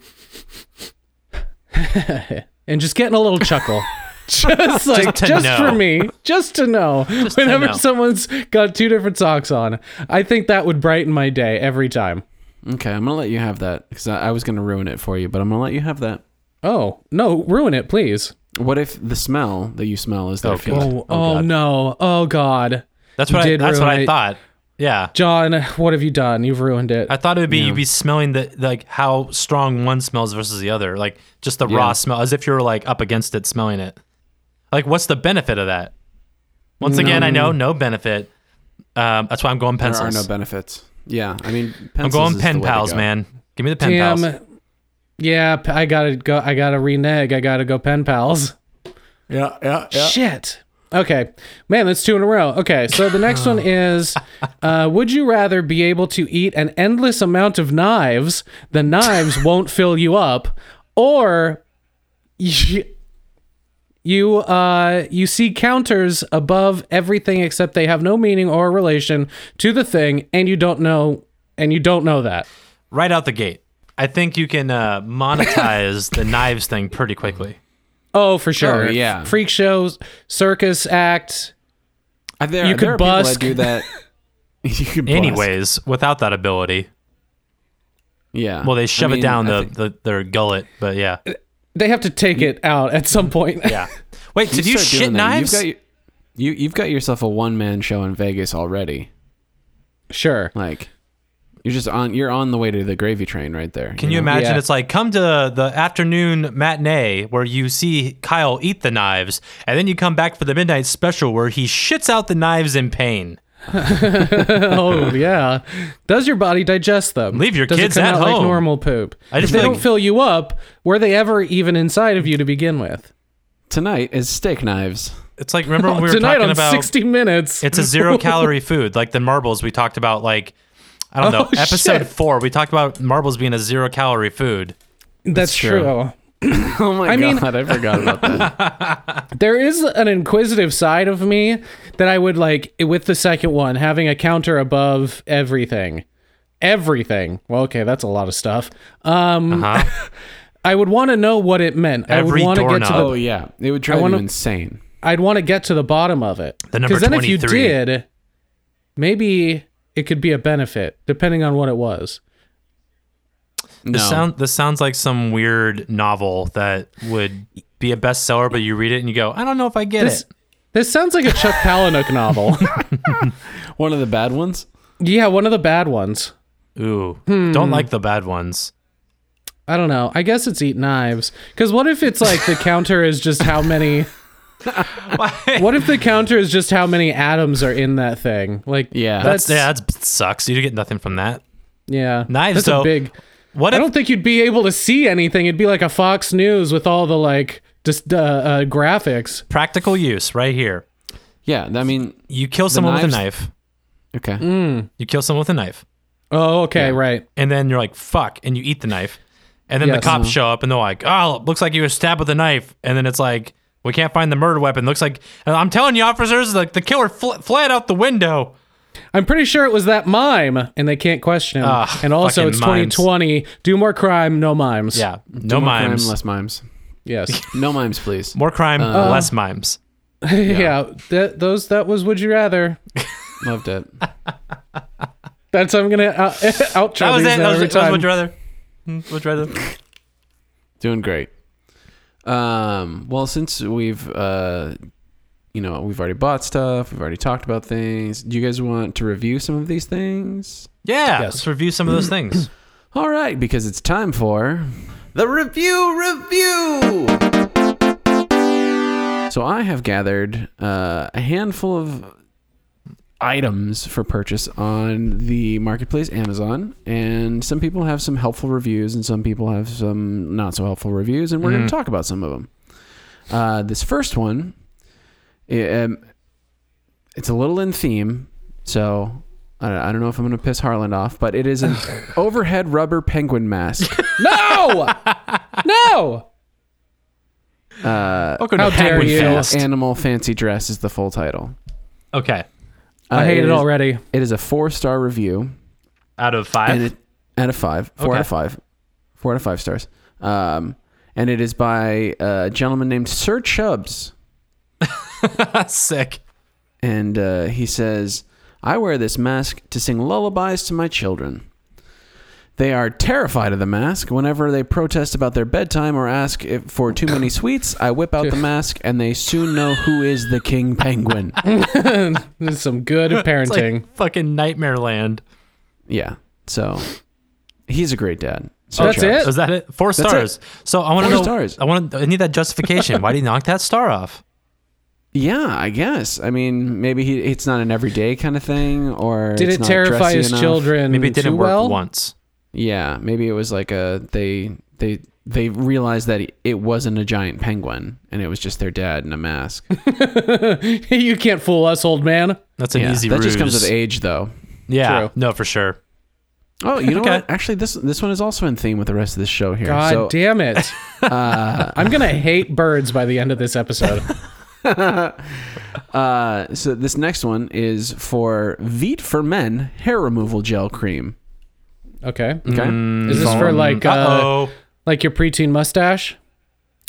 B: and just getting a little chuckle. just like just,
C: to
B: for
C: know.
B: me, just to know
C: to
B: whenever
C: know.
B: someone's got two different socks on. I think that would brighten my day every time.
A: Okay, I'm gonna let you have that because I, I was gonna ruin it for you, but I'm gonna let you have that.
B: Oh no, ruin it, please.
A: What if the smell that you smell is their
C: Oh,
A: feet?
C: God.
B: Oh, oh no, oh god,
C: That's
B: You
C: what I,
B: did
C: that's what
B: ruin
C: I
B: it.
C: thought. Yeah.
B: John, what have you done? You've ruined it.
C: I thought it would be you'd be smelling the like how strong one smells versus the other, like just the raw smell, as if you were like up against it, smelling it. Like, what's the benefit of that? Once again, I
B: Mm.
C: know no benefit. Um, that's why I'm going
A: There are
C: pencils.
A: no benefits. Yeah, I mean,
C: I'm
A: pencils
C: going
A: is the
C: pen
A: way to
C: pals,
A: go.
C: man. Give me the pen
B: Damn.
C: pals.
B: Yeah, p- I gotta go. I gotta renege. I gotta go pen pals.
G: Yeah, yeah, yeah.
B: Shit. Okay, man, that's two in a row. Okay, so the
C: *laughs*
B: next one is: uh, Would you rather be able to eat an endless amount of knives,
C: *laughs*
B: the knives won't fill you up, or you, you uh you see counters above everything except they have no meaning or relation to the thing, and you don't know, and you don't know that.
C: Right out the gate. I think you can
B: *laughs*
C: uh, monetize the knives thing pretty quickly.
B: Oh, for sure.
A: Oh, yeah.
B: Freak shows, circus act.
A: Uh, There,
B: You
A: you
B: could
A: there are people
B: busk.
A: that do that. *laughs* you could busk.
C: Anyways, without that ability,
A: yeah.
C: well, they
A: I
C: shove
A: mean,
C: it down
A: I
C: the,
A: think-
C: the their gullet, but yeah,
B: They have to take it out at some point.
C: yeah. Wait, did you,
A: start doing
C: shit
A: that,
C: knives?
A: You've got, y- you, you've got yourself a one man show in Vegas already.
B: *laughs* sure. *laughs*
A: Like, you're just on. You're on the way to the gravy train right there.
C: Can you
A: know?
C: imagine?
B: Yeah.
C: It's like come to the afternoon matinee where you see Kyle eat the knives, and then you come back for the midnight special where he shits out the knives in pain.
B: Oh yeah. Does your body digest them?
C: Leave your
B: Does
C: kids
B: it come
C: at
B: out Like
C: home.
B: normal poop.
C: I
B: if
C: just
B: they
C: feel
B: don't
C: like-
B: fill you up, were they ever even inside of you to begin with?
A: Tonight is steak knives. *laughs*
C: It's like remember when we were
B: Tonight
C: talking
B: on
C: about
B: 60 Minutes.
C: it's
A: *laughs*
C: a zero calorie food, like the marbles we talked about. Like I don't know,
B: Oh,
C: episode
B: shit.
C: four we talked about marbles being a zero calorie food.
B: That's
A: true.
B: true.
A: Oh my
B: I mean-
A: god! I forgot about that.
C: *laughs*
B: There is an inquisitive side of me that I would like with the second one having a counter above everything. Everything. Well, okay, that's a lot of stuff. Um
C: Huh?
B: I would want to know what it meant.
C: Every
B: I would want to get to
C: doorknob.
A: oh
B: the.
A: yeah, it would drive
B: wanna-
A: you insane.
B: I'd want to get to the bottom of it.
C: The number
B: then if you
C: 23.
B: did, maybe it could be a benefit depending on what it was.
A: No.
C: This sound this sounds like some weird novel that would be a bestseller, but you read it and you go, I don't know if I get
B: This
C: it.
B: this sounds like a Chuck Palahniuk novel. *laughs*
A: One of the bad ones.
B: yeah, one of the bad ones.
C: Ooh,
B: Hmm.
C: don't like the bad ones.
B: I don't know. I guess it's eat knives. Because what if it's like the counter is just
C: *laughs*
B: how many? What if the counter is just how many atoms are in that thing? Like
A: Yeah.
C: That's, yeah, that sucks. You get nothing from that.
B: yeah.
C: Knives,
B: That's a
C: though.
B: big.
C: What
B: I
C: if
B: don't think you'd be able to see anything. It'd be like a Fox News with all the like just uh, uh, graphics.
C: practical use right here?
A: Yeah, I mean,
C: You kill someone with a
A: knives-
C: knife.
A: okay.
C: You kill someone with a knife,
B: Oh, okay, right.
C: and then you're like fuck, and you eat the knife, and then
B: Yes. Mm-hmm.
C: the cops show up and they're like, oh, looks like you were stabbed with a knife, and then it's like we can't find the murder weapon. Looks like and I'm telling you, officers, like the killer fl- fled out the window.
B: I'm pretty sure it was that mime, and they can't question him.
C: Ah,
B: and also,
C: fucking
B: it's
C: mimes.
B: 2020. Do more crime, no mimes.
C: Yeah,
A: Do
C: no
A: more crime,
C: mimes,
A: less mimes.
B: Yes.
C: *laughs*
A: No mimes, please.
C: more crime, less mimes.
B: *laughs* yeah. That those that was. Would you rather?
A: Loved it.
B: That's I'm gonna uh, *laughs* outro
C: That was
B: these
C: it.
B: now
C: That was, it.
B: every
C: that was would
B: time.
C: you rather. Hmm, Would you rather?
A: Doing great. Um, well, since we've, uh, you know, we've already bought stuff, we've already talked about things. Do you guys want to review some of these things?
C: Yeah, let's review some of those things.
A: All right, because it's time for the review review. So I have gathered uh, a handful of items for purchase on the marketplace Amazon, and some people have some helpful reviews, and some people have some not so helpful reviews, and we're going to talk about some of them. Uh, this first one, i- um, it's a little in theme, so I don't, I don't know if I'm going to piss Harlan off, but it
B: *laughs*
A: is an overhead rubber penguin mask.
B: No,
C: *laughs*
B: no.
C: Welcome
B: How dare
C: Penguin
B: you.
C: Fest.
A: Animal fancy dress is the full title.
C: Okay,
B: I
A: Uh,
B: hate it,
A: is-
C: *laughs*
B: already.
A: It is a four star review,
C: out of
A: and
C: five. *laughs*
A: it out of five, four
C: Okay.
A: out of five, four out of five stars. Um, and it is by a gentleman named Sir Chubbs.
C: Sick.
A: and uh, he says, I wear this mask to sing lullabies to my children. They are terrified of the mask. Whenever they protest about their bedtime or ask if for too
B: *coughs*
A: many sweets, I whip out the mask and they soon know who is the king
B: *laughs*
A: penguin.
B: This is some good
C: It's like
B: parenting.
C: fucking nightmare land.
A: Yeah. So he's a great dad. Sir
B: Oh, that's
A: Chubbs.
B: it?
C: Was that it? Four
A: That's
C: stars. So I want to
A: Four
C: know.
A: stars.
C: I want. I need that justification. Why did he knock that star off?
A: Yeah, I guess. I mean, maybe he it's not an everyday kind of thing or
B: Did
A: it's
B: it
A: not
B: terrify
A: dressy
B: his
A: enough.
B: children?
C: Maybe it didn't
B: too
C: work
B: well?
C: once.
A: Yeah, maybe it was like a they they they realized that it wasn't a giant penguin and it was just their dad in a mask.
B: *laughs* you can't fool us, old man.
C: That's an
A: yeah,
C: easy.
A: that just comes
C: ruse.
A: with age, though.
C: Yeah.
B: True.
C: No, for sure.
A: Oh, you know
C: Okay.
A: what? Actually, this this one is also in theme with the rest of this show here.
B: God
A: so
B: damn it. Uh, I'm going to hate birds by the end of this episode.
A: so this next one is for Veet for Men hair removal gel cream.
B: Okay.
A: Okay,
C: Mm.
B: Is this
C: Mm-hmm.
B: for like uh,
C: oh.
B: like your preteen mustache?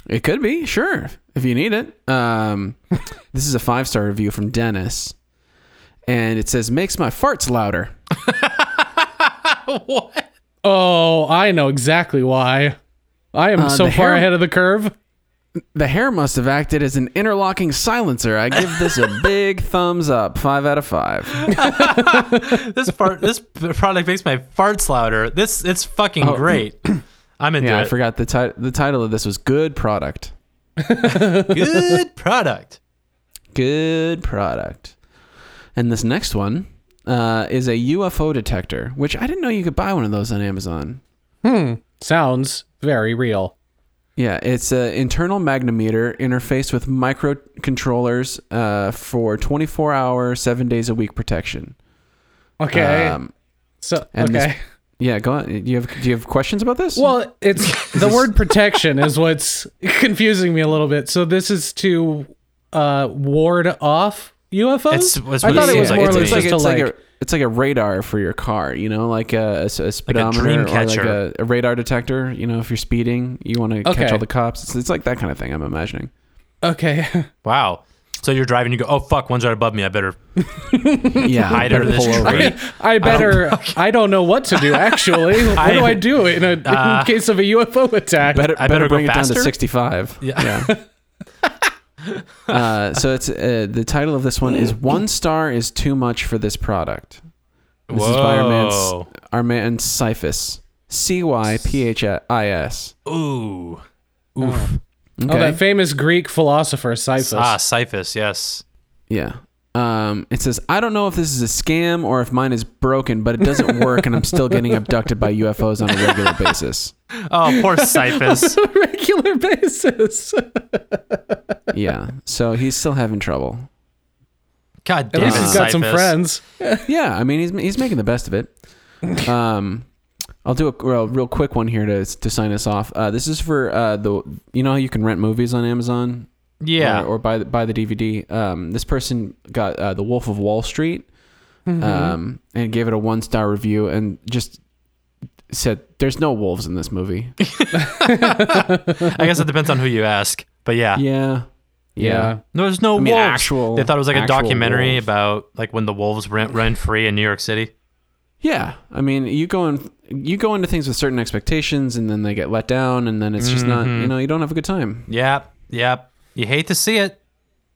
A: it could be sure if you need it. Um, *laughs* this is a five star review from Dennis, and it says makes my farts louder.
B: Oh, I know exactly why. I am so
A: the
B: far
A: hair-
B: ahead of the curve.
A: The hair must have acted as an interlocking silencer. I give this a big thumbs up. Five out of five.
C: This fart. this product makes my farts louder. This it's fucking great. I'm into
A: Yeah, I
C: it.
A: forgot the title. The title of this was "Good Product."
C: Good product.
A: Good product. And this next one uh, is a UFO detector, which I didn't know you could buy one of those on Amazon.
B: Sounds very real.
A: Yeah, it's an internal magnetometer interfaced with microcontrollers uh, for 24 hour, seven days a week protection.
B: Okay.
A: Um,
B: so okay.
A: and this- Yeah, go on. Do you have do you have questions about this?
B: Well, it's the word protection is what's confusing me a little bit. So this is to uh, ward off UFOs.
C: It's- it's what
B: I
C: it
B: thought it,
C: seems
B: was
C: like
B: more
C: to
B: or
C: me.
B: less just to
A: it's
B: like,
A: a it's like a radar for your car, you know, like a, a, a speedometer
C: dream
A: or like
C: catcher.
A: a, a radar detector. You know, if you're speeding, you want to
B: Okay.
A: catch all the cops. It's, it's like that kind of thing. I'm imagining.
B: okay, *laughs*
C: Wow. So you're driving. You go. Oh fuck! One's right above me. I better
A: Yeah,
C: hide
A: better
C: under this
A: pull over.
C: *laughs* tree.
B: I better. I don't, know what to do. Actually, what do I do in a in case of a UFO attack?
A: Better,
C: I
A: better,
C: better go
A: bring it down to
C: faster?
A: 65.
C: Yeah. *laughs*
A: Uh, so it's uh, the title of this one is one star is too much for this product. This is by our man,
C: Whoa.
A: our man Cyphus. C Y P H I S.
C: Ooh.
B: Oh, that famous Greek philosopher Sisyphus.
C: Ah, Cyphus. Yes.
A: Yeah. Um, it says, I don't know if this is a scam or if mine is broken, but it doesn't work and I'm still getting abducted by UFOs on a regular basis.
C: Oh,
A: *laughs*
C: poor Cyphus.
B: regular basis. *laughs*
A: Yeah. So he's still having trouble.
C: God
B: At
C: damn
B: least
C: it,
B: he's got some
C: Cyphus.
B: friends.
A: Yeah. I mean, he's, he's making the best of it. Um, I'll do a well, real quick one here to, to sign us off. Uh, this is for uh, the, you know, how you can rent movies on Amazon
C: Yeah.
A: or, or buy, the, buy the DVD. Um, this person got uh, The Wolf of Wall Street
C: Mm-hmm.
A: um, and gave it a one star review and just said, There's no wolves in this movie.
C: *laughs* I guess it depends on who you ask. But yeah.
A: Yeah. Yeah.
C: No, there's no
A: I mean,
C: wolves.
A: actual-
C: they thought it was like a
A: actual
C: documentary
A: wolves.
C: about like when the wolves ran, ran free in New York City.
A: Yeah. I mean, you go in, you go into things with certain expectations and then they get let down and then it's just not,
C: Mm-hmm.
A: you know, you don't have a good time.
C: Yep. Yep. You hate to see it.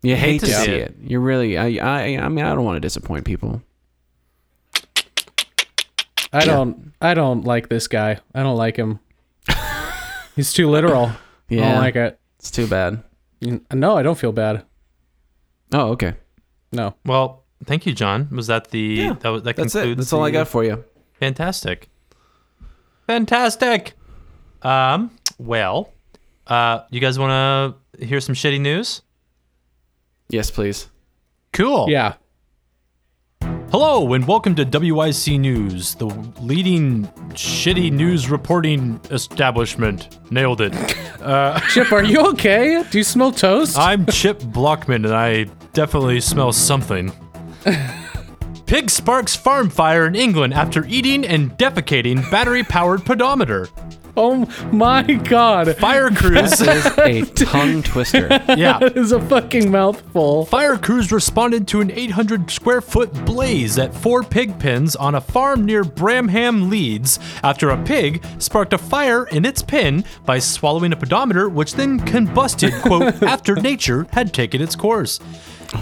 A: You hate,
C: hate
A: to
C: to
A: see
C: see
A: it. You're really I I I mean, I don't want to disappoint people.
B: I don't. I don't like this guy. I don't like him. he's too literal. I
A: Yeah.
B: don't like it.
A: It's too bad.
B: N- No, I don't feel bad.
A: Oh, okay.
B: No.
C: Well, thank you, John. Was that the that was that
A: That's
C: concludes
A: it. That's all I
C: the-
A: got for you.
C: Fantastic. Fantastic. Um, well, uh, you guys want to hear some shitty news?
A: Yes, please.
C: Cool.
B: Yeah.
C: Hello and welcome to WIC News, the leading shitty news reporting establishment. Nailed it.
B: Chip, are you okay? Do you smell toast?
C: I'm Chip Blockman, and I definitely smell something. Pig sparks farm fire in England after eating and defecating battery powered pedometer.
B: Oh my god.
C: Fire crews.
A: *laughs*
C: *laughs*
A: A tongue twister.
C: yeah.
B: That is a fucking mouthful.
C: Fire crews responded to an 800 square foot blaze at four pig pens on a farm near Bramham, Leeds, after a pig sparked a fire in its pen by swallowing a pedometer, which then combusted,
B: *laughs*
C: quote, after nature had taken its course.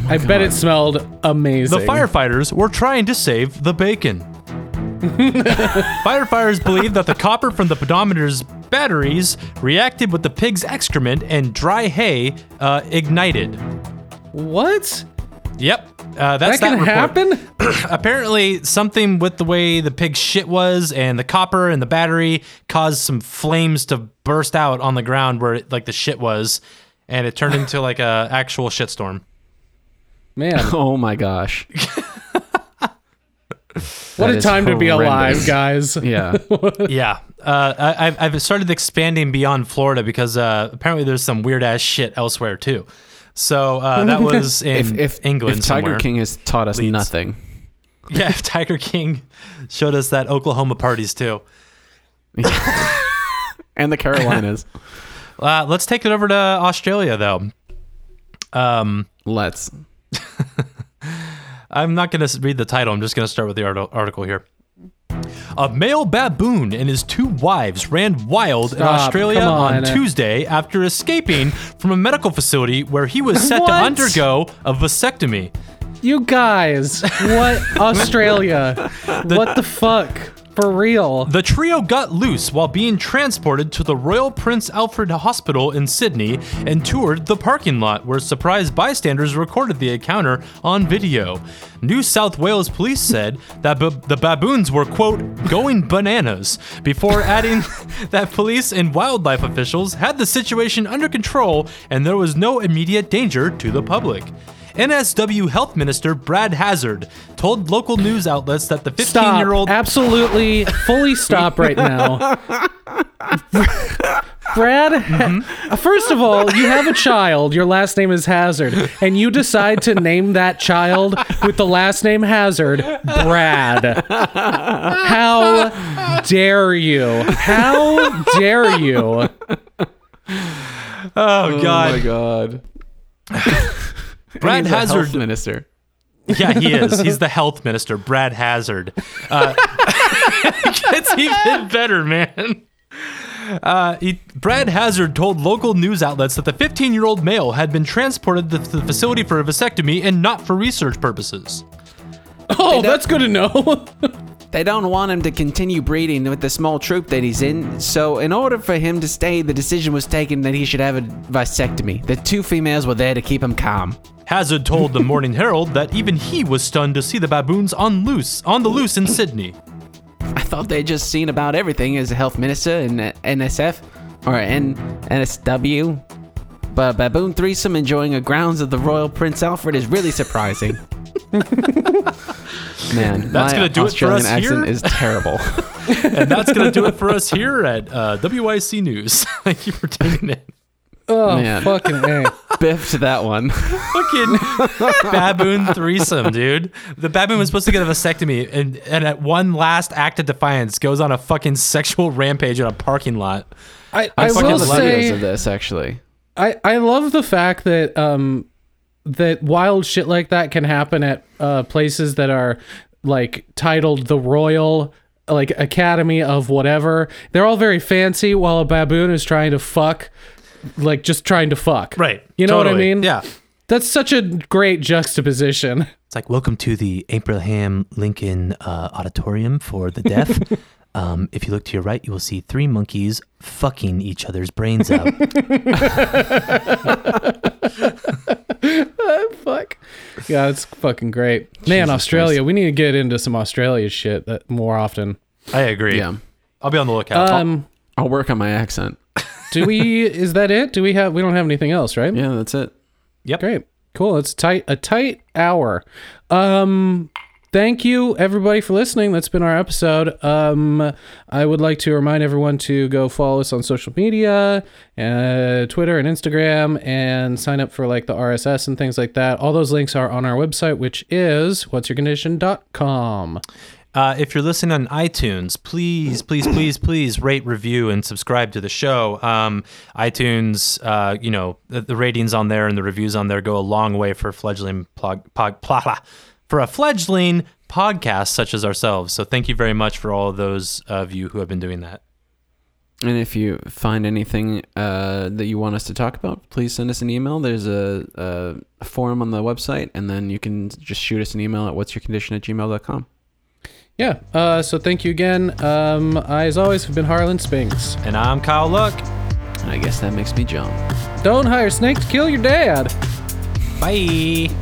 B: I bet it smelled amazing.
C: The firefighters were trying to save the bacon.
B: *laughs*
C: firefighters believe that the copper from the pedometer's batteries reacted with the pig's excrement and dry hay uh, ignited.
B: What?
C: Yep. Uh,
B: That
C: that's
B: can
C: report.
B: happen?
C: Apparently, something with the way the pig's shit was and the copper and the battery caused some flames to burst out on the ground where like the shit was, and it turned into like a
A: *laughs*
C: actual shitstorm.
B: Man,
A: Oh my gosh.
B: what
A: That
B: a
A: is
B: time to be alive,
A: horrendous.
B: guys.
C: *laughs*
A: Yeah.
C: Yeah, uh, I, I've- I've started expanding beyond Florida because uh, apparently there's some weird ass shit elsewhere too. So
A: *laughs*
C: uh, that was in
A: If if
C: England.
A: if Tiger
C: somewhere.
A: King has taught us nothing.
C: *laughs* yeah, if Tiger King showed us that Oklahoma parties too.
A: And the Carolinas. *laughs*
C: Uh, let's take it over to Australia though. Um,
A: Let's.
C: I'm not going to read the title. I'm just going to start with the arti- article here. A male baboon and his two wives ran wild in
B: Stop.
C: Australia
B: Come
C: on,
B: on.
C: Tuesday after escaping from a medical facility where he was set
B: *laughs* What?
C: to undergo a vasectomy.
B: You guys, what Australia? what the fuck? For real?
C: The trio got loose while being transported to the Royal Prince Alfred Hospital in Sydney and toured the parking lot where surprised bystanders recorded the encounter on video. New South Wales police said that b- the baboons were, quote, going bananas, before adding *laughs* that police and wildlife officials had the situation under control and there was no immediate danger to the public. NSW Health Minister Brad Hazard told local news outlets that the 15 year
B: Stop.
C: old
B: Absolutely, fully stop right now. Brad, uh, first of all, you have a child. Your last name is Hazard, and you decide to name that child with the last name Hazard Brad. How dare you? How dare you?
C: Oh God!
A: god.
C: Brad
A: He's a health
C: Hazard.
A: minister.
C: *laughs* Yeah, he is. He's the health minister, Brad Hazard. Uh, *laughs* it's even better, man. Uh, he, Brad Hazard told local news outlets that the 15-year-old male had been transported to the facility for a vasectomy and not for research purposes.
B: *laughs* Oh, that's good to know. *laughs*
A: They don't want him to continue breeding with the small troop that he's in, so in order for him to stay, the decision was taken that he should have a vasectomy. The two females were there to keep him calm.
C: Hazard told the Morning Herald that even he was stunned to see the baboons on loose on the loose in Sydney.
A: I thought they'd just seen about everything as a health minister in uh, NSF or N- NSW. But a baboon threesome enjoying the grounds of the Royal Prince Alfred is really
C: *laughs*
A: surprising. Man, my
C: That's gonna do it for
A: Australian
C: us
A: accent
C: here?
A: is
C: *laughs*
A: terrible.
C: And that's gonna do it for us here at uh, WIC News. *laughs* Thank you for tuning in.
B: Oh,
A: Man.
B: fucking A.
A: Biff to that one.
C: *laughs* fucking baboon threesome, dude. The baboon was supposed to get a vasectomy, and and at one last act of defiance, goes on a fucking sexual rampage in a parking lot.
A: *laughs*
B: I, I
A: fucking
B: will
A: love videos
B: say,
A: of this actually.
B: I, I love the fact that um that wild shit like that can happen at uh places that are like titled the Royal like Academy of whatever. They're all very fancy while a baboon is trying to fuck like just trying to fuck. You know what I mean?
C: Yeah.
B: That's such a great juxtaposition. *laughs*
C: It's like welcome to the Abraham Lincoln uh, Auditorium for the
B: *laughs*
C: deaf. um, if you look to your right, you will see three monkeys fucking each other's brains out.
B: Fuck. Yeah, it's fucking great. Man, Australia, we need to get into some Australia shit that more often.
C: *laughs* I agree.
A: Yeah.
C: I'll be on the lookout.
B: Um
A: I'll work on my accent.
B: do we is that it? Do we have we don't have anything else, right?
A: Yeah, that's it.
B: Great. Cool. It's tight a tight hour. Um thank you everybody for listening. That's been our episode. Um I would like to remind everyone to go follow us on social media, uh, Twitter and Instagram and sign up for like the RSS and things like that. All those links are on our website which is what'syourcondition.com.
C: Uh, if you're listening on iTunes, please, please, please, please rate, review, and subscribe to the show. Um, iTunes, uh, you know, the, the ratings on there and the reviews on there go a long way for fledgling plug, *laughs* pog, pla, pla- for a fledgling podcast such as ourselves. So thank you very much for all of those of you who have been doing that.
A: And if you find anything uh, that you want us to talk about, please send us an email. There's a, a form on the website, and then you can just shoot us an email at what's your condition at gmail.com.
B: Yeah. Uh, so thank you again. Um, I, as always, have been Harlan Spinks.
C: And I'm Kyle Luck.
A: And I guess that makes me jump.
B: Don't hire Snake to kill your dad.
C: Bye.